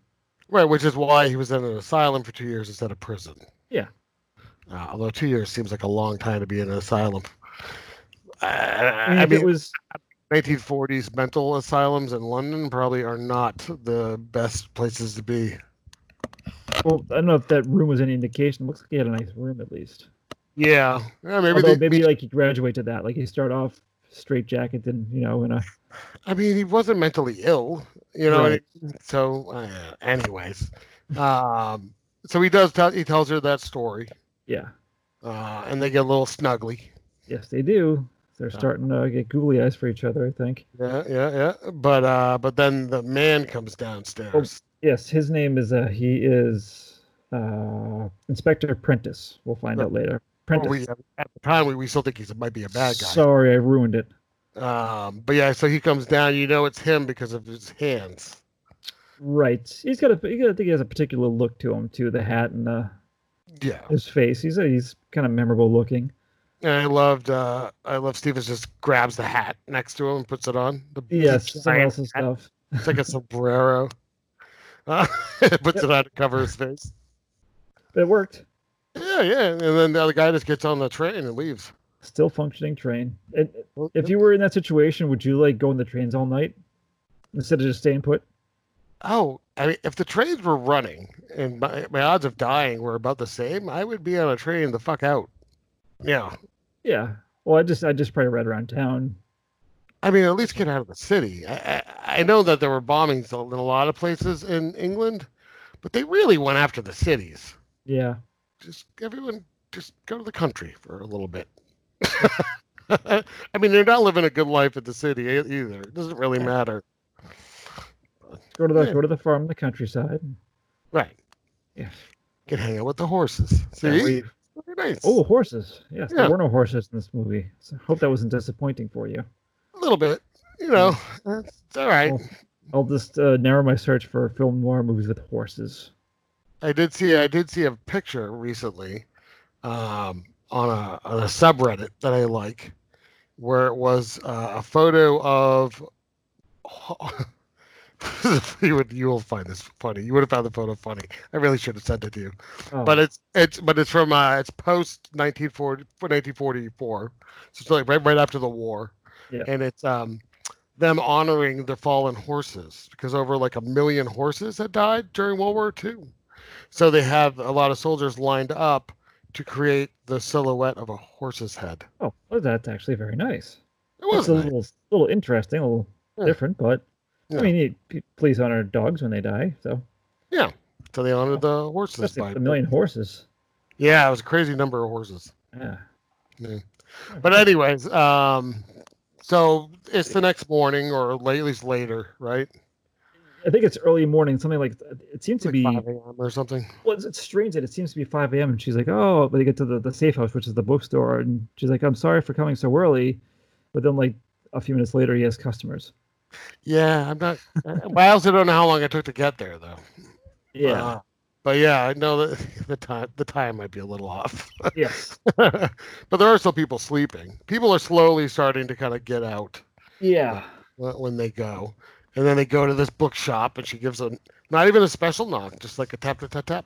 right, which is why he was in an asylum for two years instead of prison. Yeah. Uh, although two years seems like a long time to be in an asylum. I, I mean, I if mean, it was 1940s mental asylums in London probably are not the best places to be. Well, I don't know if that room was any indication. It looks like he had a nice room at least. Yeah, yeah maybe. Maybe Although they, maybe like you graduate to that. Like you start off straight jacket, then you know, in a I mean, he wasn't mentally ill, you know. Right. and it- so, uh, anyways, um, so he does tell he tells her that story, yeah. uh, and they get a little snuggly. Yes, they do. They're starting to get googly eyes for each other. I think. Yeah, yeah, yeah. But uh, but then the man comes Oh, downstairs. Yes, his name is. Uh, he is uh, Inspector Prentice. We'll find out later. Prentice. we, at the time, we, we still think he might be a bad guy. Sorry, I ruined it. Um, but yeah, so he comes down. You know, it's him because of his hands. Right. He's got a. You gotta think he has a particular look to him too. The hat and uh, the Yeah, his face. He's he's kind of memorable looking. And I loved, uh, I love Stevens just grabs the hat next to him and puts it on. The Yes, someone giant else's hat. stuff. It's like a sombrero. <laughs> Uh, puts it on to cover his face. It worked. Yeah, yeah. And then the other guy just gets on the train and leaves. Still functioning train. It, if you were in that situation, would you like go on the trains all night instead of just staying put? Oh, I mean, if the trains were running and my, my odds of dying were about the same, I would be on a train the fuck out. Yeah. Yeah. Well, I just I just probably ride around town. I mean, at least get out of the city. I, I, I know that there were bombings in a lot of places in England, but they really went after the cities. Yeah. Just everyone, just go to the country for a little bit. <laughs> I mean, they're not living a good life at the city e- either. It doesn't really matter. Go to the Yeah. go to the farm, in the countryside. and- Right. Yeah. Can hang out with the horses. See? Yeah, we- Very nice. Oh, horses. Yes, Yeah. there were no horses in this movie. So I hope that wasn't disappointing for you. A little bit. You know, it's all right. Well, I'll just uh, narrow my search for film noir movies with horses. I did see I did see a picture recently um, on a on a subreddit that I like, where it was uh, a photo of. <laughs> you would you will find this funny. You would have found the photo funny. I really should have sent it to you. Oh, But it's it's but it's from uh, it's post 1940 1944, so it's like right right after the war, Yeah. and it's um them honoring the fallen horses because over like a million horses had died during World War II, so they have a lot of soldiers lined up to create the silhouette of a horse's head. oh, well, that's actually very nice. It was It's a nice. little little interesting, a little Yeah. different, but Yeah. I mean, you, p- please honor dogs when they die. So so they honored the horses especially by a million horses. yeah, it was a crazy number of horses. Yeah. But anyways, um, so it's the next morning or late, at least later, right? I think it's early morning, something like it seems to Like be. 5 a.m. or something. Well, it's, it's strange that it seems to be 5 a.m. and she's like, oh, but they get to the, the safe house, which is the bookstore, and she's like, I'm sorry for coming so early. But then, like, a few minutes later, he has customers. Yeah, I'm not. but I also don't know how long it took to get there, though. Uh, but yeah, I know that <laughs> the time the time might be a little off. <laughs> yes. but there are still people sleeping. People are slowly starting to kind of get out <laughs> Yeah. wh- when they go, and then they go to this bookshop, and she gives a not even a special knock, just like a tap tap tap tap,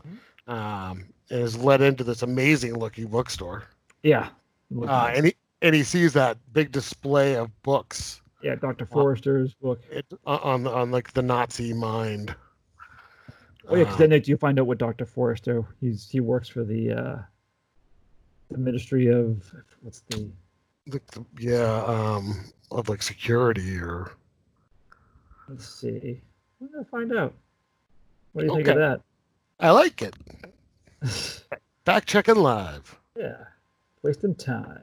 Mm-hmm. um, and is led into this amazing looking bookstore. Yeah. Mm-hmm. Uh, and he and he sees that big display of books. yeah, Dr. Forrester's book. it, on- on on like the Nazi mind. Oh, yeah, Uh, because then like, you find out what Dr. Forrester, he's he works for the uh, the Ministry of, what's the, the- the- yeah, um, of like security or let's see. I'm going to find out. What do you think of I like it. that? <laughs> Back checking live. yeah. Wasting time.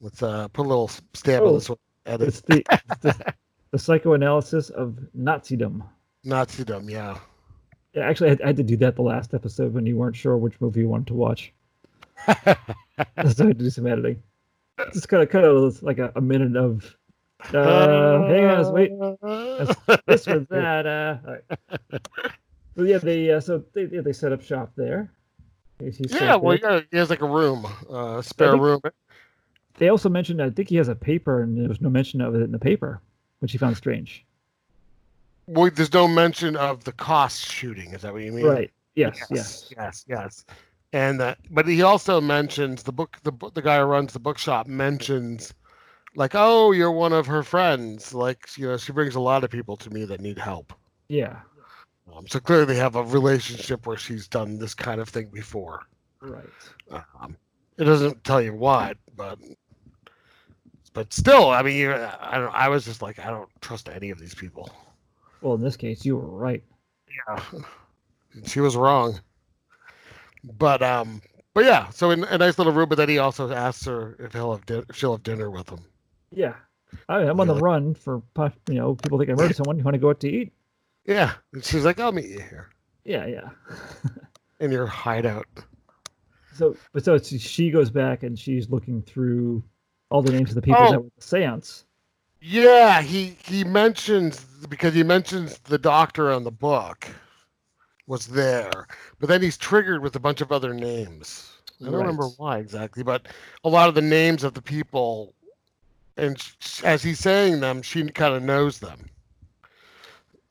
Let's uh, put a little stamp on Oh. this one. Edit It's the, <laughs> it's the the psychoanalysis of Nazidom. Nazidom. Yeah, Yeah, Actually, I had, I had to do that the last episode when you weren't sure which movie you wanted <laughs> to watch. <laughs> so I had to do some editing. It's kind of kind of like a, a minute of uh, hang on, let's wait <laughs> this or that. Uh, all right. So yeah, they uh, so they yeah, they set up shop there. He's- he's yeah, set well, there. yeah, he has like a room, uh, spare think- room. They also mentioned I think he has a paper, and there was no mention of it in the paper, which he found strange. Well, there's no mention of the cost shooting. Is that what you mean? Right. Yes. Yes. yes, yes. And that, but he also mentions the book. The bo- the guy who runs the bookshop mentions, like, oh, you're one of her friends. Like, you know, she brings a lot of people to me that need help. Yeah. Um, so clearly, they have a relationship where she's done this kind of thing before. Right. Um, it doesn't tell you what, but but still, I mean, you I don't. I was just like, I don't trust any of these people. Well, in this case, you were right. Yeah. <laughs> She was wrong. But um but yeah, so in a nice little room, but then he also asks her if he'll have din- if she'll have dinner with him. Yeah. I mean, I'm on the Really? run for, po- you know, people think I murdered someone. You want to go out to eat? Yeah. And she's like, I'll meet you here Yeah, yeah. in your hideout. So, but so it's, she goes back and she's looking through all the names of the people Oh. that were at the seance. Yeah, he he mentions because he mentions the doctor on the book was there, but then he's triggered with a bunch of other names. I don't remember Right. why exactly, but a lot of the names of the people, and sh- as he's saying them, she kind of knows them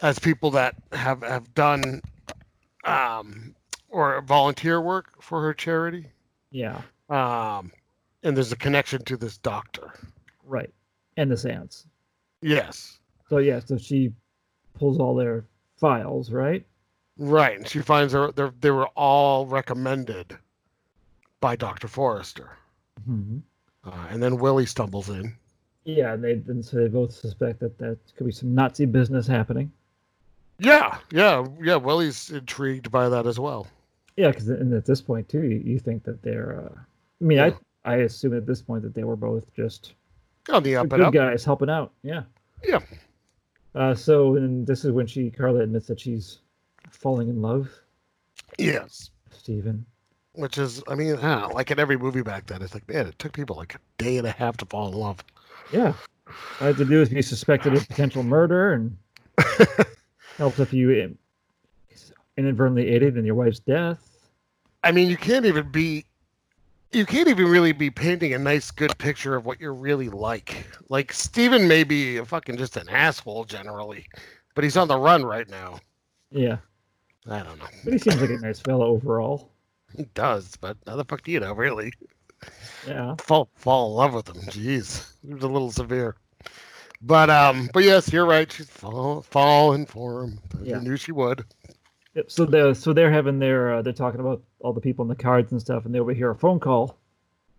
as people that have have done um, or volunteer work for her charity. Yeah, Um, and there's a connection to this doctor. right. And the seance. Yes, So yeah, so she pulls all their files, right? right. And she finds her they're- they were all recommended by Doctor Forrester, Mm-hmm. uh, and then Willie stumbles in. Yeah, and they and so they both suspect that that could be some Nazi business happening. Yeah, yeah, yeah. Willie's intrigued by that as well. Yeah, because and at this point too, you, you think that they're. Uh, I mean, Yeah. I I assume at this point that they were both just On the up the and good up. guys helping out. Yeah. Yeah. Uh, so and this is when she Carla admits that she's falling in love, Yes. with Stephen. Which is, I mean, huh, like in every movie back then, it's like, man, it took people like a day and a half to fall in love. Yeah. All you have to do is be suspected of potential <laughs> murder and helps if you in- inadvertently aided in your wife's death. I mean, you can't even be, you can't even really be painting a nice, good picture of what you're really like. Like, Steven may be a fucking just an asshole generally, but he's on the run right now. Yeah. I don't know. But he seems like a nice fellow overall. He does, but how the fuck do you know, really? Yeah. fall fall in love with him. Jeez, it was a little severe. But um, but yes, you're right. She's fall, falling for him. Yeah. You knew she would. Yep, So they're so they're having their uh, they're talking about all the people in the cards and stuff, and they overhear a phone call.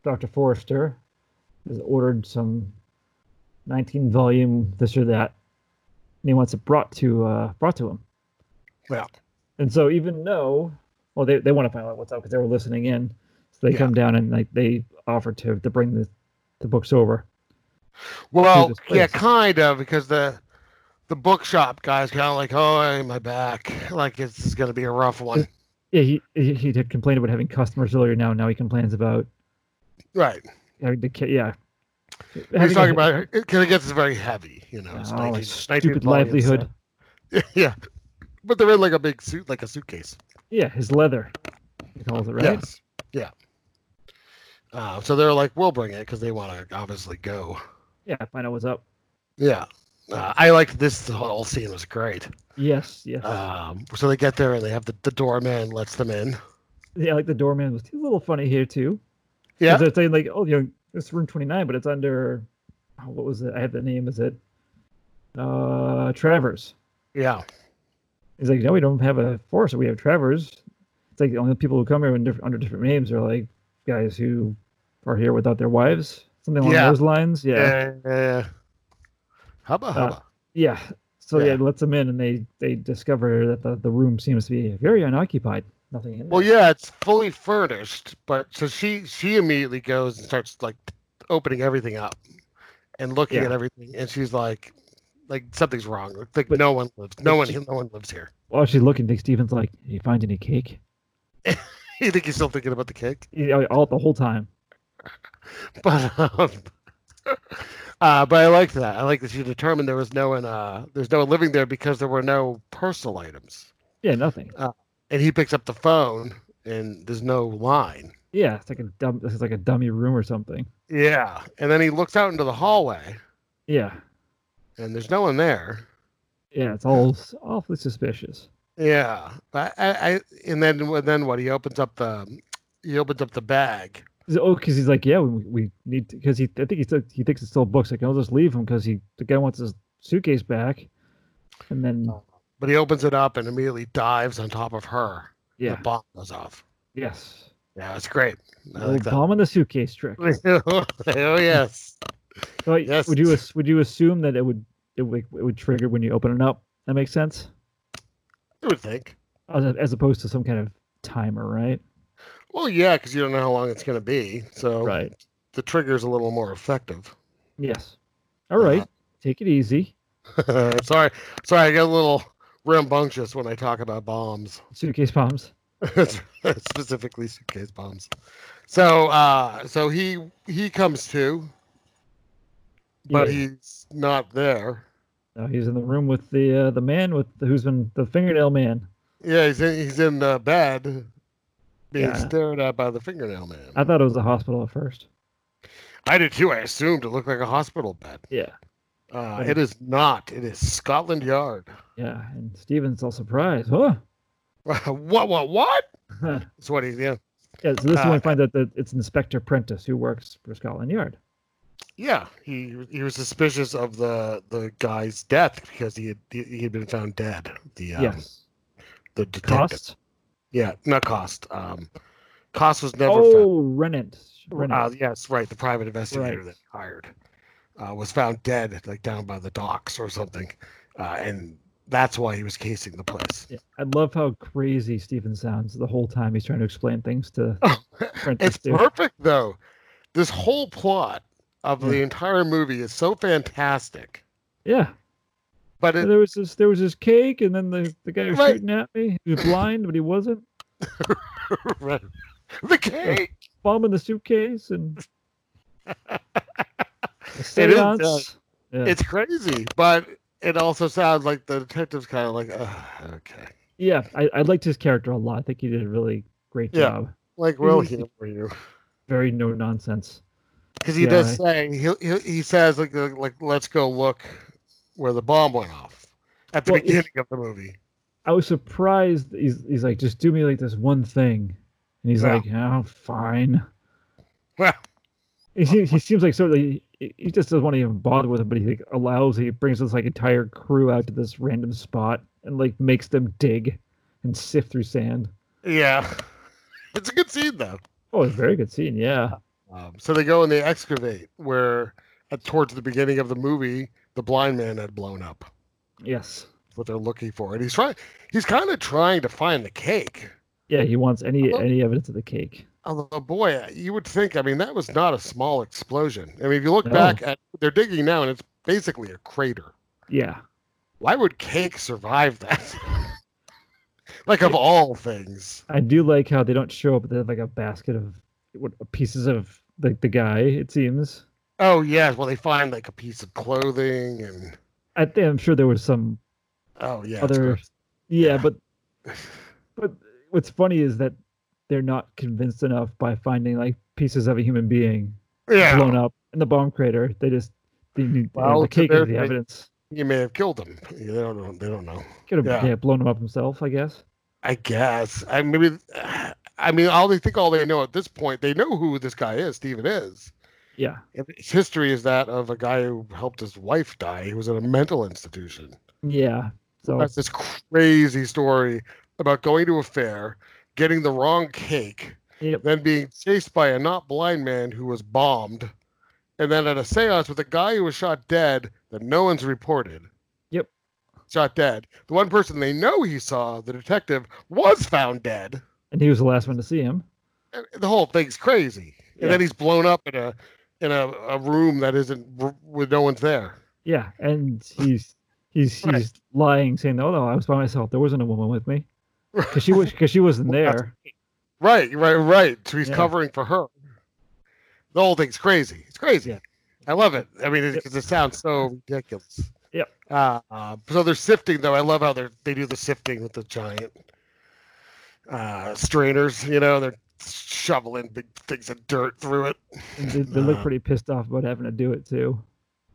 Doctor Forrester has ordered some 19 volume this or that, and he wants it brought to uh, brought to him. Yeah. And so even though, well, they, they want to find out what's up because they were listening in, so they Yeah. come down and like they offer to to bring the the books over. Well, Jesus, yeah, please. kind of because the the bookshop guy's kind of like, oh, hey, my back. Like this is gonna be a <laughs> rough one. Yeah, he he, he did complain about having customers earlier. Now now he complains about Right. having to ca- yeah. He's Having talking <laughs> to- about because it gets very heavy. You know, it's Oh, 19 like 19 volumes, stupid livelihood. so- yeah, but they're in like a big suit, like a suitcase. Yeah, his leather. He calls it right. Yes. Yeah. Uh, so they're like, we'll bring it because they want to obviously go. Yeah, find out what's up. Yeah. Uh, I liked this the whole scene was great. Yes, yes. Um, so they get there and they have the, the doorman lets them in. yeah, like the doorman was a little funny here too. 'Cause Yeah. they're saying like, oh, you know, it's room twenty nine, but it's under oh, what was it? I have the name. Is it uh Travers? Yeah. He's like, no, we don't have a Forrester. We have Travers. It's like the only people who come here in diff- under different names are like guys who are here without their wives, something along Yeah. those lines. Yeah. Uh, Yeah. yeah, yeah. Hubba hubba. Yeah. So yeah, Yeah. it lets them in, and they they discover that the, the room seems to be very unoccupied. Nothing in there. well, yeah, it's fully furnished, but so she she immediately goes and starts like opening everything up and looking Yeah. at everything, and she's like, like something's wrong. Like, Like But- no one lives, no one, she- no one lives here. <laughs> While she's looking, Dick Stevens like, "Did you find any cake?" you think he's still thinking about the cake? Yeah, all the whole time. <laughs> But um, uh, but I like that. I like that you determined there was no one uh, there's no one living there because there were no personal items. Yeah, nothing. And he picks up the phone and there's no line. Yeah, it's like a dumb. This is like a dummy room or something. Yeah. And then he looks out into the hallway Yeah, and there's no one there. yeah, it's all s- awfully suspicious. Yeah. I, I, I and then and then what? He opens up the he opens up the bag. He's- Oh, because he's like, yeah, we, we need because he. I think he took, he thinks it's still books. Like, I'll just leave him because he the guy wants his suitcase back, and then Oh, But he opens it up and immediately dives on top of her. yeah, The bomb goes off. yes, Yeah, it's great. I the like that. bomb in the suitcase trick. <laughs> oh yes. So, like, Yes. Would you as- would you assume that it would it would, it would trigger when you open it up? That makes sense, You would think. as, as opposed to some kind of timer, right? Well, yeah, because you don't know how long it's going to be, so Right. the trigger's a little more effective. <laughs> Yes. All right. Uh-huh. Take it easy. sorry, sorry, I get a little rambunctious when I talk about bombs, <laughs> Suitcase bombs. specifically suitcase bombs. So, uh, so he he comes to, but Yeah. he's not there. No, he's in the room with the uh, the man with the, who's been the fingernail man. Yeah, he's in he's in uh, bed, being Yeah. stared at by the fingernail man. I thought it was a hospital at first. I did too. I assumed it looked like a hospital bed. Yeah. Uh, Okay. it is not. It is Scotland Yard. <laughs> Yeah. And Steven's all surprised. Huh? <laughs> what? What? What? yeah. That's what he's yeah. So this is when Uh, we find out that it's Inspector Prentice who works for Scotland Yard. Yeah, he he was suspicious of the the guy's death because he had he he had been found dead. The um, Yes. the detective. Cost. Yeah, not cost. Um, cost was never found. Oh, Renant. Uh, Renant. yes, right. The private investigator Right. that he hired uh, was found dead, like down by the docks or something, uh, and that's why he was casing the place. <laughs> Yeah, I love how crazy Steven sounds the whole time he's trying to explain things to Oh. Prentice. It's too. perfect though. This whole plot of the Yeah. entire movie is so fantastic, Yeah. but it, There was this there was this cake and then the, the guy was Right. shooting at me. He was blind, but he wasn't. <laughs> the cake. Bomb in the suitcase <laughs> and the It is, uh, seance. yeah. It's crazy, but it also sounds like the detective's kind of like, "Ugh, okay, yeah, I, I liked his character a lot. I think he did a really great Yeah. job. like we'll Mhm. humor you Very no nonsense. because he Yeah, does say he he he says like uh, like let's go look where the bomb went off at the Well, it's- beginning of the movie. I was surprised he's he's like, just do me like this one thing. And he's Yeah. like, Oh fine. Well, He seems, he seems like sort of like, he he just doesn't want to even bother with it, but he like allows he brings this like entire crew out to this random spot and like makes them dig and sift through sand. yeah, <laughs> it's a good scene though. Oh, it's a very good scene. Yeah, Um, so they go and they excavate where at, towards the beginning of the movie the blind man had blown up. yes, What they're looking for, and he's trying. He's kind of trying to find the cake. yeah. He wants any Although- any evidence of the cake. Although, boy, uh, you would think, I mean, that was not a small explosion. I mean, if you look No. back at, they're digging now and it's basically a crater. Yeah, Why would cake survive that? <laughs> like, of all things. I do like how they don't show up. They have like a basket of what pieces of like the guy. It seems. Oh, yes. Well, they find like a piece of clothing and, I think I'm sure there was some oh, yeah. it's other. gross. <laughs> Yeah, but but what's funny is that they're not convinced enough by finding like pieces of a human being Yeah. blown up in the bomb crater. They just they need they Well, the to cake their is the credit- evidence. You may have killed them. They don't know. They don't know. Could have Yeah. yeah. blown him up himself, I guess. I guess. I mean, <sighs> I mean, all they think all they know at this point, they know who this guy is, Steven is. Yeah, And His history is that of a guy who helped his wife die. He was in a mental institution. yeah. So That's this crazy story about going to a fair, getting the wrong cake, Yep. then being chased by a not blind man who was bombed, and then at a seance with a guy who was shot dead that no one's reported. Yep. Shot dead. The one person they know he saw, the detective, was found dead. and he was the last one to see him. And The whole thing's crazy. And then he's blown up in a in a, a room that isn't with no one's there. Yeah, and he's he's Right. he's lying, saying, "Oh no, I was by myself. There wasn't a woman with me because she was because she wasn't <laughs> Well, there." Right, right, right. So he's Yeah. covering for her. The whole thing's crazy. It's crazy. Yeah. I love it. I mean, Yep. because it, sounds so ridiculous. Yep. Uh, uh, so they're sifting, though. I love how they are they do the sifting with the giant uh, strainers. You know, they're shoveling big things of dirt through it. And they, <laughs> they look Uh, pretty pissed off about having to do it too.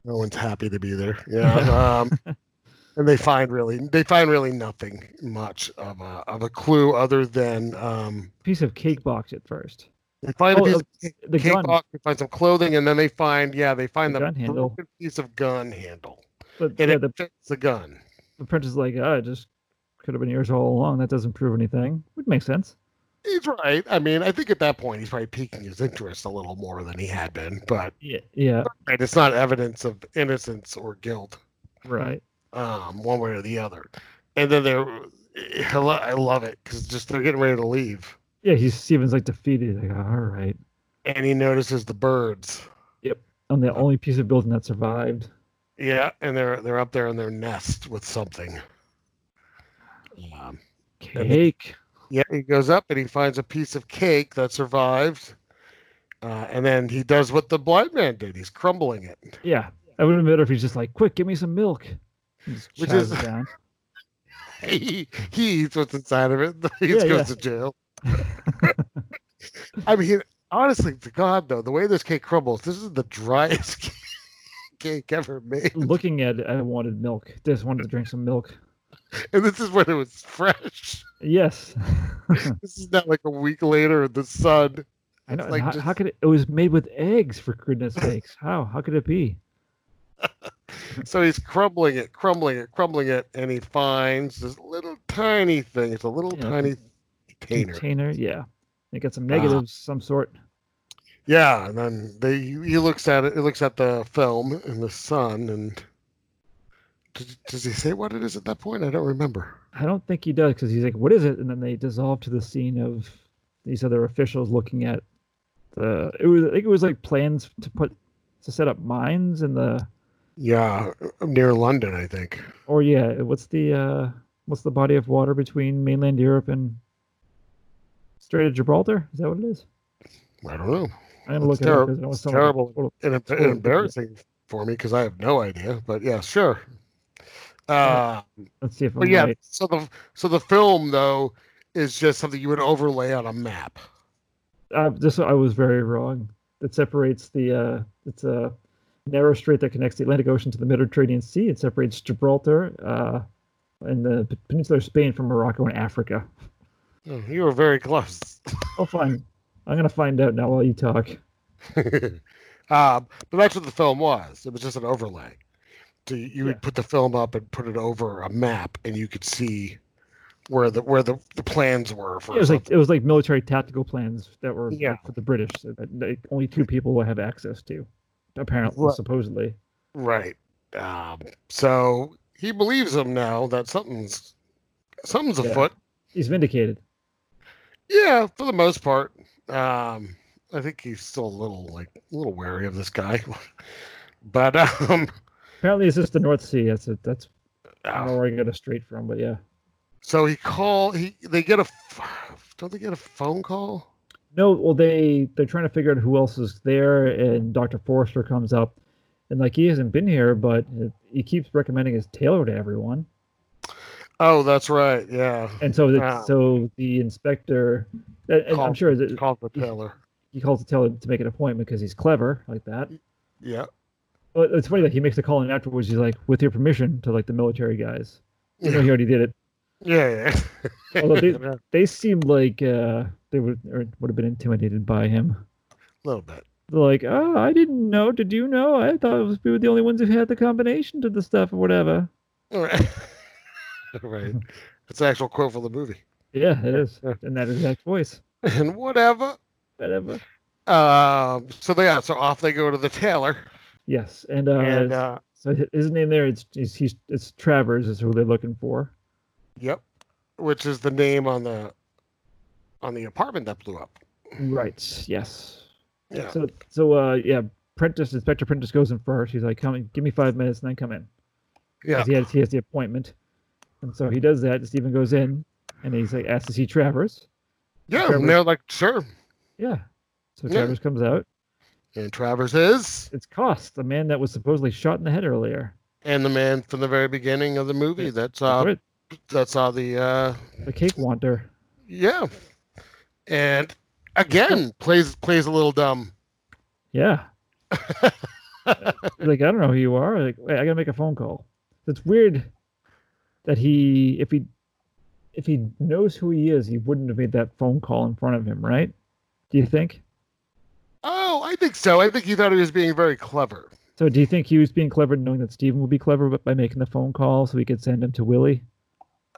No one's happy to be there. Yeah. Um, <laughs> and they find really they find really nothing much of a of a clue other than um, Piece of cake box at first. they find Oh, a piece uh, of The cake gun, box, they find some clothing, and then they find yeah, they find The the, gun handle. broken piece of gun handle, but and yeah, it the fits the gun. the prince is like, oh, it just could have been yours all along. That doesn't prove anything. Would make sense. He's right. I mean, I think at that point he's probably piquing his interest a little more than he had been, but Yeah. Yeah. right, it's not evidence of innocence or guilt, Right. um, one way or the other. And then they're, I lo- I love it because just they're getting ready to leave, Yeah. He's Steven's like defeated. Like, all right. and he notices the birds. I'm the only piece of building that survived. Yeah, and they're they're up there in their nest with something. Um, Cake. Yeah, he goes up and he finds a piece of cake that survived. Uh, and then he does what the blind man did. He's crumbling it. <laughs> Yeah. I would have been better if he's just like, quick, give me some milk. And just Which is- chows it down. He, he eats what's inside of it. <laughs> He Yeah, goes yeah. <laughs> to jail. I mean, honestly, to God though, the way this cake crumbles, this is the driest <laughs> cake ever made, Looking at it, I wanted milk. Just wanted to drink some milk. and this is when it was fresh. Yes. This is not like a week later in the sun. Hmm. I <laughs> It's know. and like how, just- how could it? It was made with eggs for goodness sakes. How? How could it be? So he's crumbling it, crumbling it, crumbling it, and he finds this little tiny thing. It's a little Yeah, tiny container. Ah. Container. Yeah. It got some negatives, some sort. Yeah, and then they he looks at it. He looks at the film and the sun, and does, does he say what it is at that point? I don't remember. I don't think he does because he's like, "What is it?" And then they dissolve to the scene of these other officials looking at the. It was. I think it was like plans to put to set up mines in the. Yeah, near London, I think. Or yeah, what's the uh what's the body of water between mainland Europe and Strait of Gibraltar? Is that what it is? I don't know. I'm It's gonna look it terri- up 'cause I don't want it's someone to terrible. total- And it's totally embarrassing for me because I have no idea. But yeah, sure. Uh, Let's see if I'm but yeah, right. so the so the film though is just something you would overlay on a map. Uh, this I was very wrong. It separates the uh, it's a narrow strait that connects the Atlantic Ocean to the Mediterranean Sea. It separates Gibraltar uh, and the p- peninsula of Spain from Morocco and Africa. Oh, you were very close. <laughs> Oh, fine. I'm gonna find out now while you talk. um, but that's what the film was. It was just an overlay. So you, you Yeah. would put the film up and put it over a map, and you could see where the where the, the plans were for. it was like something. it was like military tactical plans that were like, Yeah. for the British so that like, only two people will have access to, apparently Right. supposedly. right. Um, so he believes him now that something's something's Yeah. afoot. He's vindicated. Yeah, for the most part. Um, I think he's still a little like a little wary of this guy, <laughs> but um, Apparently, it's just the North Sea. That's it. That's I don't uh, know where I got it straight from, but yeah. so he call he they get a f- don't they get a phone call? No, well they they're trying to figure out who else is there, and Doctor Forrester comes up, and like he hasn't been here, but he keeps recommending his tailor to everyone, Oh, that's right. Yeah, and so the, Ah. so the inspector, and, and I'm Call- sure that called the Taylor. he calls the tailor to make an appointment because he's clever like that. Mm. Yeah, Well, it's funny that he makes a call and afterwards he's like, "With your permission," to like the military guys. You know, Yeah. he already did it. <laughs> yeah, yeah. Although they- a They seemed like uh, they would or would have been intimidated by him. <laughs> little <laughs> bit. They're like, "Oh, I didn't know. Did you know? I thought it was, we were the only ones who had the combination to the stuff or whatever." All right, <laughs> right. It's the actual quote from the movie. <laughs> Yeah, it <laughs> is Yeah. in that exact voice. And whatever. Whatever. Um. So they yeah. So off they go to the Taylor. Yes, and, uh, and uh, so hi- his name there it's he's, he's it's Travers is who they're looking for. yep, which is the name on the on the apartment that blew up. Right. Yes. Yeah. So so uh yeah, Prentice Inspector Prentice goes in first. He's like, "Come, give me five minutes, and then come in." yeah. 'cause he has he has the appointment, and so he does that. Stephen goes in, and he's like asked to see Travers. Yeah. Trevor- And they're like, sure. Yeah, so Yeah. Travers comes out. And Travers is, It's Cost, the man that was supposedly shot in the head earlier. and the man from the very beginning of the movie. Yeah. That's That's uh. right, That's uh the uh the cake wanter. Yeah. And again, plays plays a little dumb. <laughs> Yeah. He's like I don't know who you are. Like wait, I gotta make a phone call. It's weird that he if he if he knows who he is, he wouldn't have made that phone call in front of him, right? Do you think? Oh, I think so. I think he thought he was being very clever. So do you think he was being clever knowing that Steven would be clever but by making the phone call so he could send him to Willie?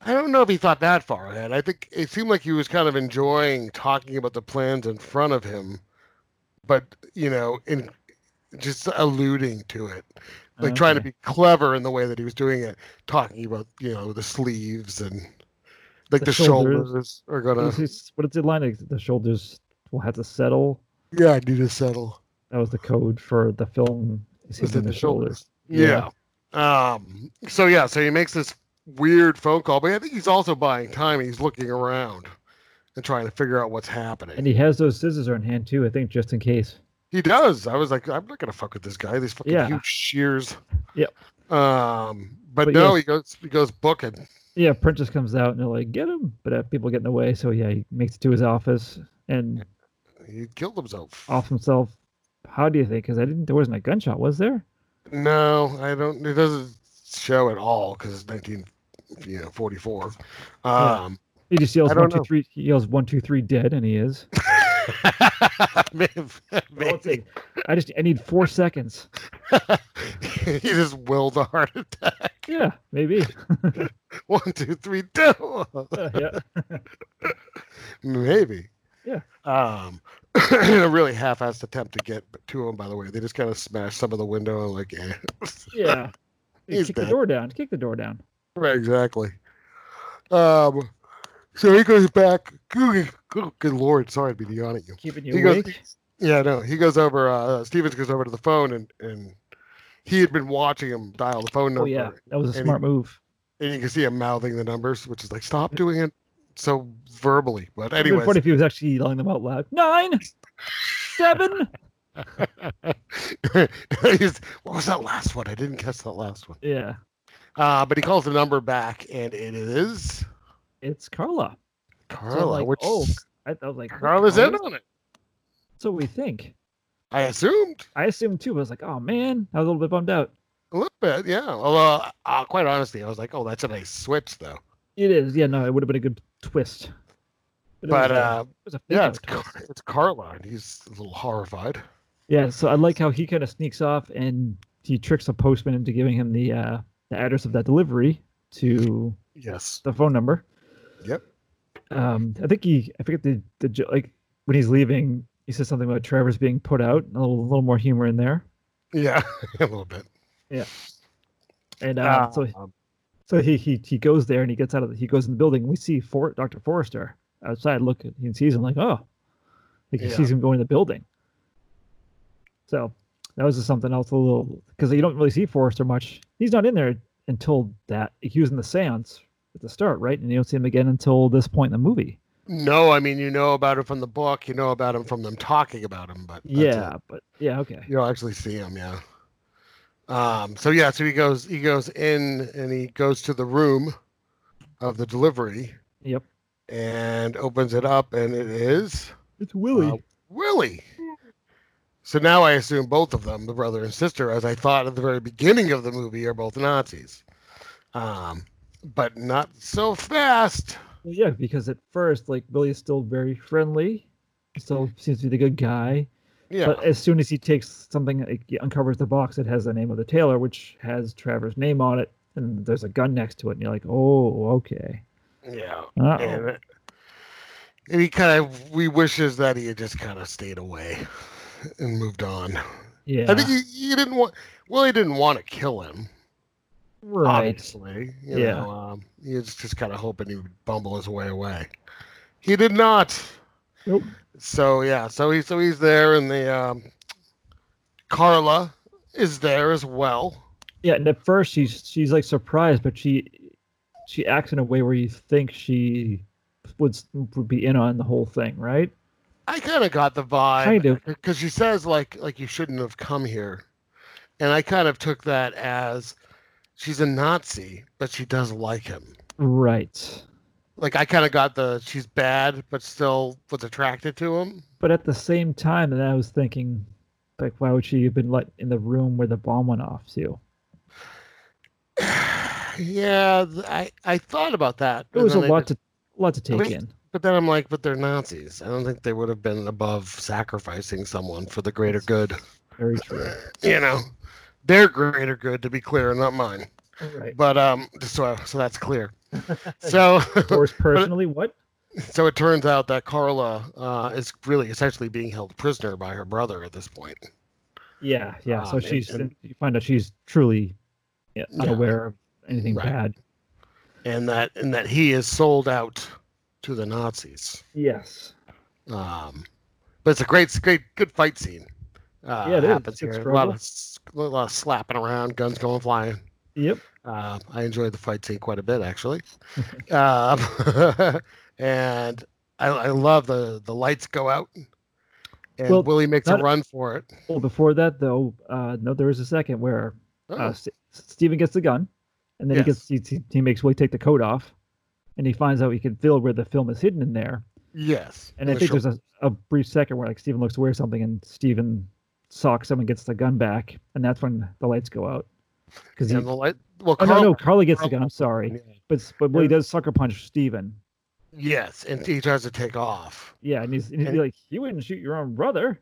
I don't know if he thought that far ahead. I think it seemed like he was kind of enjoying talking about the plans in front of him, but you know, in just alluding to it, like trying to be clever in the way that he was doing it, talking about you know the sleeves and like The the, shoulders. Mm-hmm. shoulders. are What gonna is his- what is the line? Like, The shoulders will have to settle. yeah, I need to settle. That was the code for the film. is Was it hitting the the shoulders? shoulders. Yeah. Um. So yeah. So he makes this weird phone call, but I think he's also buying time. He's looking around and trying to figure out what's happening. And he has those scissors on hand too, I think, just in case. he does. I was like, I'm not gonna fuck with this guy. These fucking Yeah. huge shears. Yep. Um. But, But no, yes. he goes. He goes booking. yeah, Prentice comes out and they're like, "Get him!" But uh, people get in the way, so yeah, he makes it to his office and He killed himself. off himself. How do you think? Because I didn't. There wasn't a gunshot, was there? No, I don't. It doesn't show at all because it's 19, you know, 44. Um, <laughs> He just yells I don't one two know. three. He yells one two three dead, and <laughs> he is. may- Well, <laughs> let's maybe. see. I just I need four seconds. he just willed a heart attack. Yeah, <laughs> maybe. Uh, One, two, three, two. yeah. Maybe. Yeah. Um, <clears throat> a really half-assed attempt to get to him. By the way, they just kind of smashed some of the window. and Like, eh. <laughs> Yeah. He's Kick dead. the door down. Kick the door down. Right, exactly. Um, so he goes back. Good, good, good lord, sorry to be yawning at you. Keeping He you goes- awake. Yeah, no, he goes over. Uh, Stevens goes over to the phone, and and he had been watching him dial the phone number, oh yeah, that was a and he- smart move. and you can see him mouthing the numbers, which is like, stop doing it so verbally. But It'd been anyways, funny if he was actually yelling them out loud. Nine, <laughs> seven. he's- what was that last one? I didn't catch that last one. Yeah, Uh, but he calls the number back, and it is it's Carla. Carla. like, which oh, I, I was like, what, Carla's in Carla? on it. So we think. I assumed. I assumed too. but I was like, oh man, I was a little bit bummed out. A little bit, yeah. Although, uh, quite honestly, I was like, "Oh, that's a nice switch, though." It is. Yeah, no, it would have been a good twist. it But was a- uh, it was a fake yeah, out it's, twist. Car- it's Carla, and he's a little horrified. Yeah, so I like how he kind of sneaks off and he tricks the postman into giving him the uh, the address of that delivery to Yes. the phone number. Yep. Um, I think he, I forget the, the jo- like when he's leaving, he says something about Trevor's being put out. A little, little more humor in there, Yeah, <laughs> a little bit. and uh, Uh, so um, so he, he he goes there and he gets out of the, he goes in the building. We see For, Dr. Forrester outside. Look, he sees him like oh, like he Yeah. sees him go in the building. So that was just something else a little because you don't really see Forrester much. He's not in there until that he was in the seance at the start, right? And you don't see him again until this point in the movie. no, I mean, you know about him from the book. You know about him from them talking about him, but that's yeah, it. but yeah, okay. you don't actually see him. Yeah. Um. So yeah. So he goes. He goes in, and he goes to the room of the delivery, Yep. and opens it up, and it is. It's Uh, Willie. So now I assume both of them, the brother and sister, as I thought at the very beginning of the movie, are both Nazis. Um, but not so fast. Well, yeah, because at first, like Billy is still very friendly, he still seems to be the good guy. Yeah. But as soon as he takes something, like, he uncovers the box that has the name of the tailor, which has Trevor's name on it, and there's a gun next to it, and you're like, oh, okay. yeah. Uh-oh. And, and he kind of we wishes that he had just kind of stayed away and moved on. yeah, I think he, he didn't want Willie didn't want to kill him. right. Obviously. You Yeah. Know, um, he was just kind of hoping he would bumble his way away. He did not. Nope. So yeah, so he so he's there, and the um, Carla is there as well. Yeah, and at first she's she's like surprised, but she she acts in a way where you think she would s- would be in on the whole thing, right? I kind of got the vibe Kind of. because she says like like you shouldn't have come here, and I kind of took that as she's a Nazi, but she does like him. Right. Like I kind of got the she's bad, but still was attracted to <sighs> him. But at the same time, and I was thinking, like, why would she have been like in the room where the bomb went off too? yeah, th- I I thought about that. It and was a then I lot did- to lot to take least- in. But then I'm like, but they're Nazis. I don't think they would have been above sacrificing someone for the greater good. <laughs> Very true. you know, their greater good, to be clear, not mine. <coughs> Right. But um, just so so that's <laughs> clear. so <laughs> Yours personally, what? so it turns out that Carla uh, is really essentially being held prisoner by her brother at this point. Yeah, yeah. Um, so and- she's and- you find out she's truly yeah, Yeah. unaware of anything Right. bad. and that and that he is sold out to the Nazis. Yes. Um, but it's a great, it's a great, good fight scene. Uh, Yeah, it is. happens It's a here. A struggle. lot, of, s- a lot of slapping around, guns going flying. Yep. Uh, I enjoyed the fight scene quite a bit, <laughs> actually. um, <laughs> and I, I love the the lights go out, and Well, Willie makes a not- run for it. Well, before that though, uh, no, there was a second where Oh, uh, S- Steven gets the gun and then Yes. he gets he, he makes Willie take the coat off, and he finds out he can feel where the film is hidden in there. Oh, Yes. And I think there's a, a brief second where like Steven looks away or something, and Steven socks him and gets the gun back, and that's when the lights go out. Because he, and the light. Well, oh Carl- no no Carly gets the Carl- gun. I'm sorry, but s- but Willie does sucker punch Steven. Yes, and he tries to take off. Yeah, and he's, and he's And- like, you wouldn't shoot your own brother.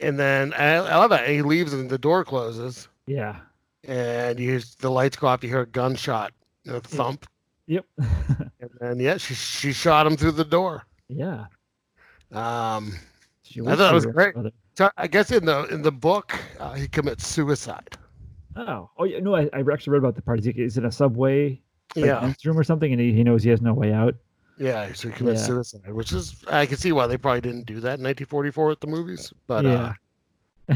And then I, I love it. He leaves and the door closes, Yeah. and you hear the lights go off. You hear a gunshot, and Hmm. a thump, Yep. <laughs> and then yeah, she she shot him through the door. yeah. Um, She I thought it was shoot her great. brother. so I guess in the in the book, uh, he commits suicide. Oh, oh yeah, no, I, I actually read about the part. He's he's in a subway, like, Yeah, men's room or something, and he, he knows he has no way out. yeah. So he commits Yeah. suicide, which is I can see why they probably didn't do that in 1944 at the movies. But Yeah. uh,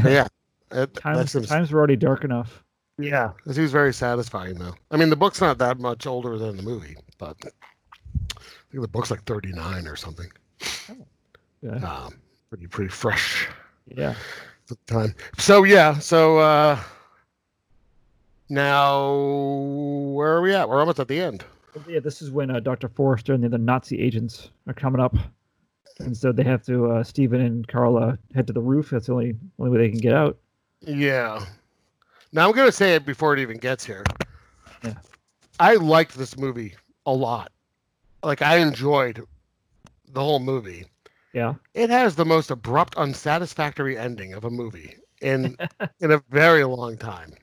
but yeah, that- Times that's him. times were already dark enough. Yeah, he was very satisfying though. I mean, the book's not that much older than the movie, but I think the book's like 39 or something. Oh, Yeah. Um, pretty pretty fresh Yeah. at the time. So yeah, so uh, now where are we at? We're almost at the end. But yeah, this is when uh, Dr. Forrester and the other Nazi agents are coming up. And so they have to, uh, Stephen and Carla head to the roof. That's the only, only way they can get out. Yeah. Now I'm gonna say it before it even gets here. Yeah. I liked this movie a lot. Like I enjoyed the whole movie. Yeah. It has the most abrupt, unsatisfactory ending of a movie in in a very long time.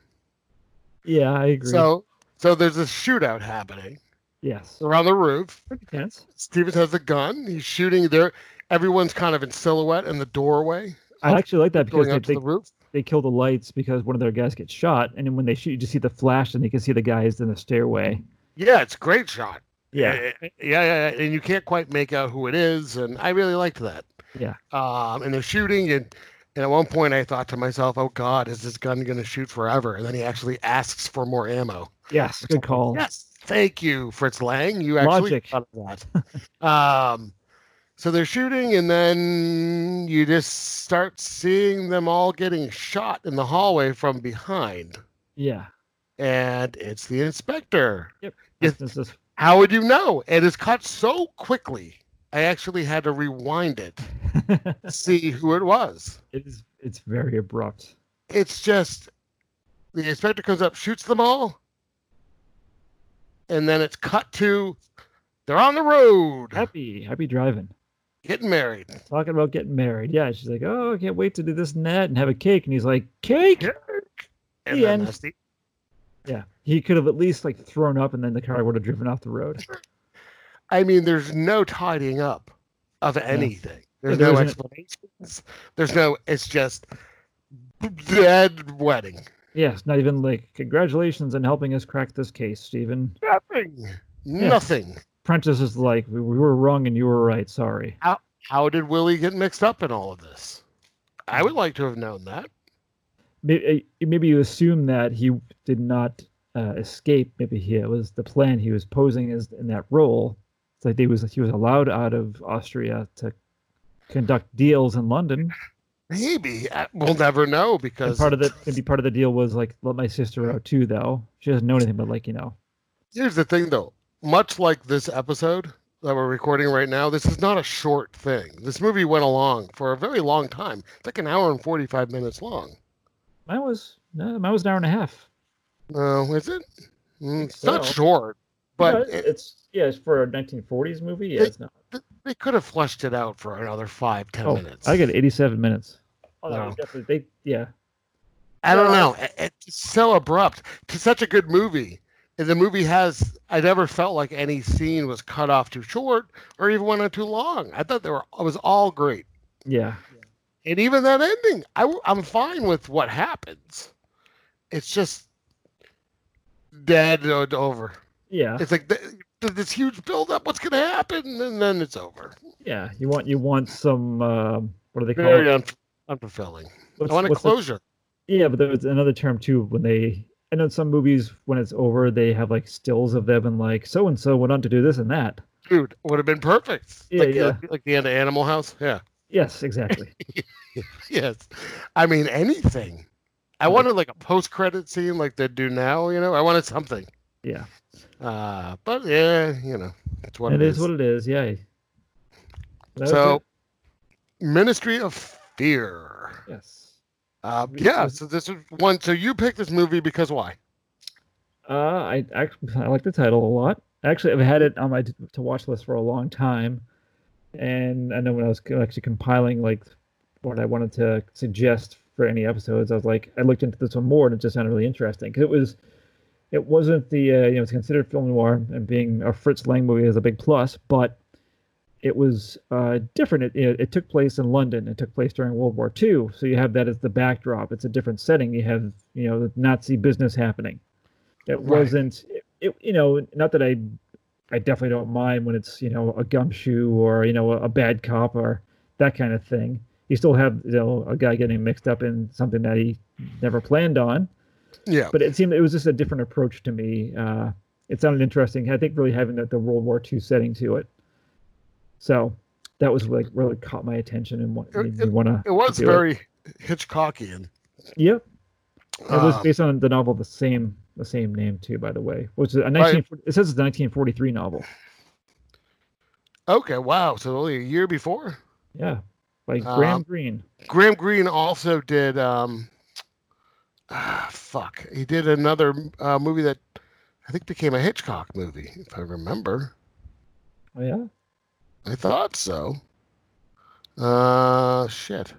Yeah, I agree. So so there's this shootout happening. yes. They're on the roof. Pretty tense. Stevens has a gun. He's shooting there. Everyone's kind of in silhouette in the doorway I actually like that because Oh, going they, up to they, the roof. they kill the lights because one of their guys gets shot. And then when they shoot, you just see the flash and you can see the guys in the stairway. Yeah, it's a great shot. Eh, yeah, yeah, yeah. And you can't quite make out who it is, and I really liked that. Yeah. Um, and they're shooting, and, and at one point I thought to myself, "Oh God, is this gun going to shoot forever?" And then he actually asks for more ammo. Yes. Good call. Yes, thank you, Fritz Lang. You actually Logic. thought of that. <laughs> um, so they're shooting, and then you just start seeing them all getting shot in the hallway from behind, Yeah. and it's the inspector. Yes. This is- How would you know? It is cut so quickly. I actually had to rewind it to see <laughs> who it was. <laughs> it is, it's very abrupt. It's just the inspector comes up, shoots them all, and then it's cut to they're on the road. Happy, happy driving. getting married. talking about getting married. Yeah, she's like, "Oh, I can't wait to do this and that and have a cake." And he's like, "Cake?" Yeah. And The then end. that's the- Yeah, he could have at least like thrown up, and then the car would have driven off the road. I mean, there's no tidying up of anything. There's There no isn't. explanations. There's no. It's just dead wedding. Yes, not even like, "Congratulations on helping us crack this case, Stephen." Nothing. Nothing. Prentice is like, "We we were wrong and you were right. Sorry." How did Willie get mixed up in all of this? I Mm. would like to have known that. Maybe, uh, maybe you assume that he did not uh, escape. Maybe he it was the plan he was posing as in that role. It's like they was he was allowed out of Austria to conduct deals in London. Maybe I- we'll never know And because part of the maybe part of the deal was like let my sister out too though. She doesn't know anything but like, you know. here's the thing, though. Much like this episode that we're recording right now, this is not a short thing. This movie went along for a very long time. It's like an hour and forty-five minutes long. Mine was no, mine was an hour and a half. No, is it? Mm, It's not so. short, but it- it's yeah, it's for a nineteen forties movie. yeah, it's not. they could have fleshed it out for another five, ten Oh, minutes. I got eighty seven minutes. Oh no, No. definitely they yeah. I don't know. It- It's so abrupt. It's such a good movie. And the movie has, I never felt like any scene was cut off too short or even went on too long. I thought they were, it was all great. Yeah. And even that ending, I, w- I'm fine with what happens. It's just dead and over. Yeah. It's like th- this huge buildup. What's going to happen? And then it's over. Yeah. You want you want some um what do they call Very it? un- unfulfilling. What's- I want a what's the- closure. yeah, but there's another term too when they I know some movies when it's over they have like stills of them and like so and so went on to do this and that. Dude, would have been perfect. Yeah, like, uh, yeah. like the end of Animal House. Yeah. <laughs> Yes, exactly. Yes. I mean anything. I Right. wanted like a post credit scene like they do now, you know. I wanted something. Yeah, Uh, but yeah, you know, it's what it is what it is. Yay. That was so, it. Ministry of Fear. yes. Uh, We- yeah, we- so this is one. So you picked this movie because why? Uh, I actually I like the title a lot. Actually, I've had it on my t- to watch list for a long time, and I know when I was co- actually compiling like what I wanted to suggest for any episodes, I was like I looked into this one more, and it just sounded really interesting 'cause it was it wasn't the uh, you know it's considered film noir and being a Fritz Lang movie is a big plus, but it was uh, different. It, it, it took place in London. It took place during World War II, so you have that as the backdrop. It's a different setting. You have you know the Nazi business happening. It Right. wasn't it, it, you know not that I I definitely don't mind when it's you know a gumshoe or you know a, a bad cop or that kind of thing. You still have you know a guy getting mixed up in something that he never planned on, Yeah, but it seemed it was just a different approach to me. Uh, it sounded interesting. I think really having the, the World War II setting to it. So that was like really caught my attention and what It- made me want to. it was very Hitchcockian. Yep, it was Um, based on the novel the same the same name too. By the way, which is a 19. It says it's a 1943 novel. okay, wow. So only a year before. Yeah, by Uh, Graham Greene. Graham Greene also did. Um, ah, fuck, he did another uh, movie that I think became a Hitchcock movie, if I remember. Oh yeah, I thought so. Uh, shit.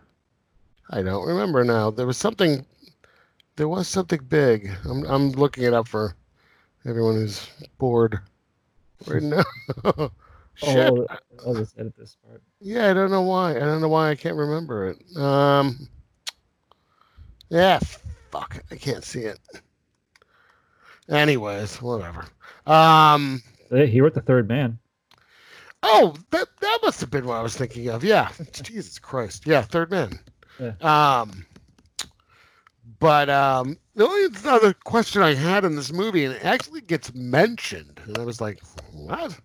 I don't remember now. There was something. There was something big. I'm I'm looking it up for everyone who's bored right now. <laughs> shit. Oh, I'll, I'll just edit this part. Yeah, I don't know why. I don't know why I can't remember it. Um. Yeah, fuck. I can't see it. Anyways, whatever. Um. Hey, He wrote the Third Man. Oh, that that must have been what I was thinking of. Yeah. <laughs> Jesus Christ. Yeah, third man. Yeah. Um but um the only other question I had in this movie, and it actually gets mentioned, and I was like, What?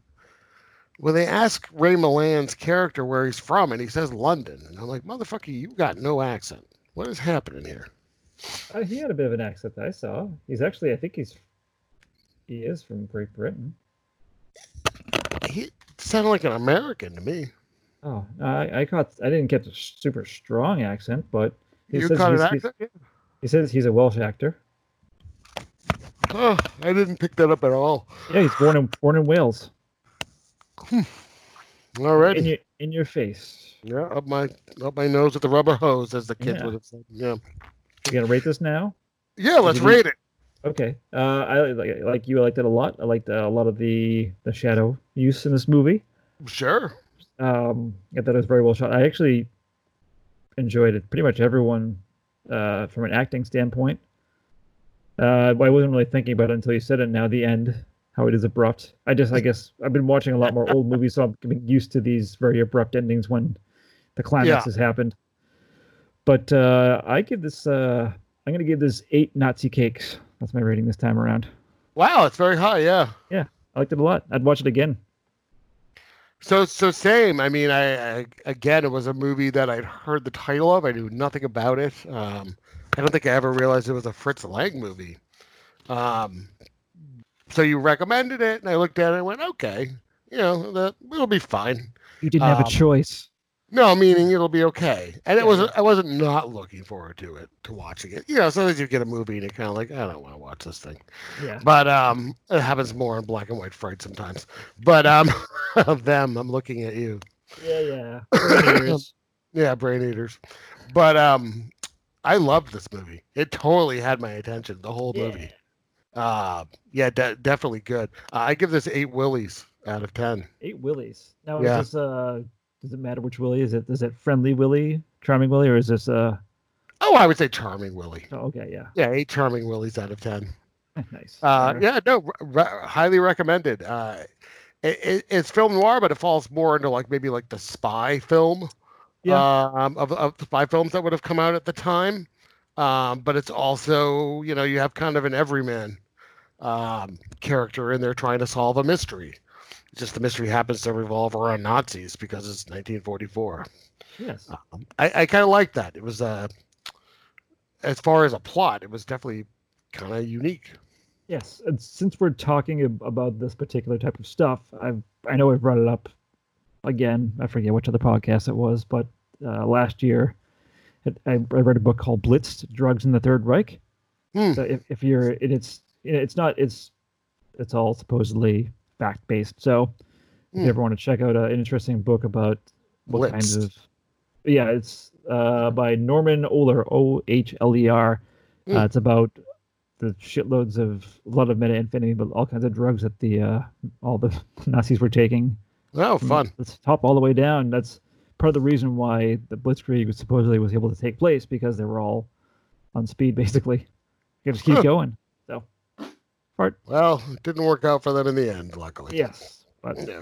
When they ask Ray Milan's character where he's from, and he says London, and I'm like, Motherfucker, you got no accent. What is happening here? Uh, he had a bit of an accent that I saw. He's actually, I think he's, he is from Great Britain. He sounded like an American to me. Oh, I, I caught, I didn't catch a super strong accent, but he you says caught an he's, he's- accent? he says he's a Welsh actor. Oh, I didn't pick that up at all. Yeah, he's born in born in Wales. All right. In your in your face. Yeah, up my up my nose with the rubber hose, as the kids Yeah. would have said. Yeah, You gonna rate this now? yeah. Let's Did you- rate it. Okay. Uh, I like like you. I liked it a lot. I liked uh, a lot of the the shadow use in this movie. Sure. um, I thought it was very well shot. I actually enjoyed it. Pretty much everyone, uh, from an acting standpoint. Uh, I wasn't really thinking about it until you said it. Now the end, how it is abrupt. I just, I guess, I've been watching a lot more old movies, so I'm getting used to these very abrupt endings when the climax Yeah. has happened. But uh, I give this, uh, I'm gonna give this eight Nazi cakes. That's my rating this time around. Wow, it's very high. Yeah. I liked it a lot. I'd watch it again. So so same. I mean, I, I again, it was a movie that I'd heard the title of. I knew nothing about it. Um, I don't think I ever realized it was a Fritz Lang movie. Um, so you recommended it, and I looked at it and went, okay, you know, that it'll be fine. You didn't have Um, a choice. No, meaning it'll be okay. And it Yeah. was I wasn't not looking forward to it to watching it. You know, sometimes you get a movie and it kind of like I don't want to watch this thing. Yeah. But um, it happens more in black and white fright sometimes. But um, <laughs> of them, I'm looking at <coughs> you. Yeah, <coughs> yeah. Yeah, brain eaters. But um, I loved this movie. It totally had my attention the whole Yeah. movie. Uh, yeah, de- definitely good. Uh, I give this eight willies out of ten. Eight Willies. Now Yeah. is this uh does it matter which Willie? Is it is it friendly Willie, charming Willie, or is this uh Oh, I would say charming Willie. oh, okay, yeah. <laughs> Yeah, eight charming willies out of ten. nice. Uh, Alright. yeah, no, re- highly recommended. Uh, it, it, it's film noir, but it falls more into like maybe like the spy film, Yeah. um, of, of the spy films that would have come out at the time. Um, but it's also you know you have kind of an everyman um, character in there trying to solve a mystery. It's Just the mystery happens to revolve around Nazis because it's 1944. Yes. Um, I, I kind of like that. It was uh, as far as a plot, it was definitely kind of unique. Yes, and since we're talking ab- about this particular type of stuff, I've I know I've brought it up again. I forget which other podcast it was, but uh, last year it, I, I read a book called "Blitzed: Drugs in the Third Reich." Hmm. So if, if you're, it, it's it's not it's it's all supposedly fact based. So if Hmm. you ever want to check out uh, an interesting book about what kinds Blitzed. of yeah, it's uh, by Norman Ohler, O H L E R. Hmm. Uh, it's about the shitloads of a lot of methamphetamine, but all kinds of drugs that the uh, all the <laughs> Nazis were taking. Oh, from fun. the Mm, top all the way down. That's part of the reason why the Blitzkrieg was supposedly was able to take place because they were all on speed, basically. You just keep Huh. going. So, part Well, it didn't work out for them in the end, luckily. yes. But Yeah.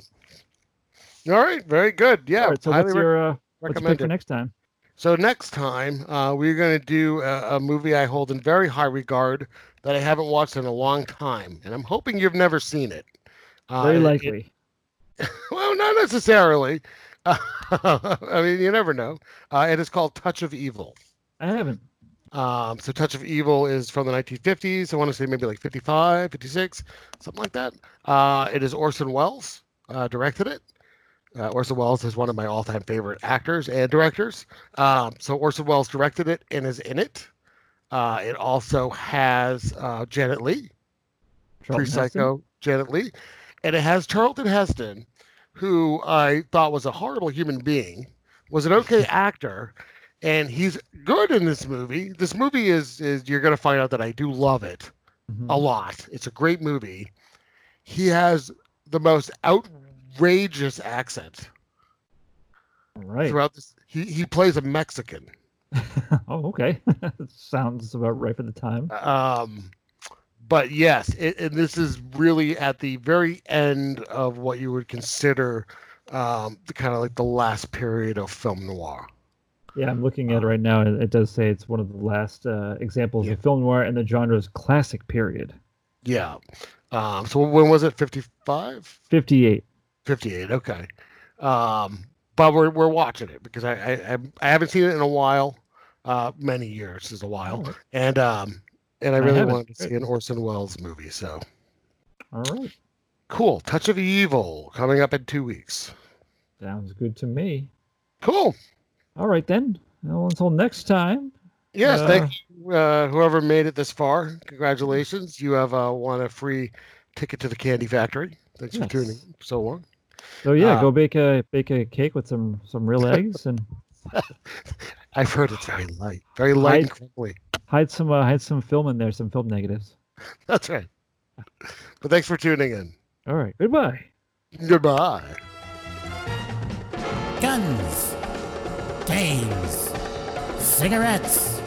All right, very good. Yeah, all right, so highly what's re- your uh, what's your pick recommend for it. next time? So next time, uh, we're going to do a, a movie I hold in very high regard that I haven't watched in a long time, and I'm hoping you've never seen it. Uh, Very it- likely. <laughs> Well, not necessarily. <laughs> I mean, you never know. Uh, it is called Touch of Evil. I haven't. Um, so Touch of Evil is from the 1950s. I want to say maybe like 55, 56, something like that. Uh, it is Orson Welles uh, directed it. Uh, Orson Welles is one of my all-time favorite actors and directors. Um, so Orson Welles directed it and is in it. Uh, it also has uh, Janet Lee, Charlton pre Heston? psycho Janet Lee, and it has Charlton Heston, who I thought was a horrible human being, was an <laughs> okay actor, and he's good in this movie. This movie is is you're gonna find out that I do love it Mhm. a lot. It's a great movie. He has the most outrageous accent All right. throughout this. He he plays a Mexican. <laughs> oh, okay. <laughs> Sounds about right for the time. Um, but yes, it, and this is really at the very end of what you would consider um, the kind of like the last period of film noir. Yeah, I'm looking at it right now, and it does say it's one of the last uh, examples uh, Yeah. of film noir and the genre's classic period. Yeah. Um, so when was it? 55? 58. 58. Okay. Um, but we're, we're watching it because I, I, I'm- I haven't seen it in a while. Uh, many years is a while. All right. And, um, and I Oh. I really haven't. wanted to see an Orson Welles movie. So All right. cool. Touch of Evil coming up in two weeks. Sounds good to me. Cool. All right, then. Well, until next time. Yes, Uh, thank you, uh, whoever made it this far. Congratulations, you have uh, won a free ticket to the Candy Factory. Thanks Yes. for tuning in so long. So, yeah, Uh, go bake a bake a cake with some some real eggs and I've heard it's very light, very light I- and crumbly. hide some uh, hide some film in there, some film negatives. <laughs> That's right. But thanks for tuning in. All right. Goodbye. Goodbye. Guns, games, cigarettes,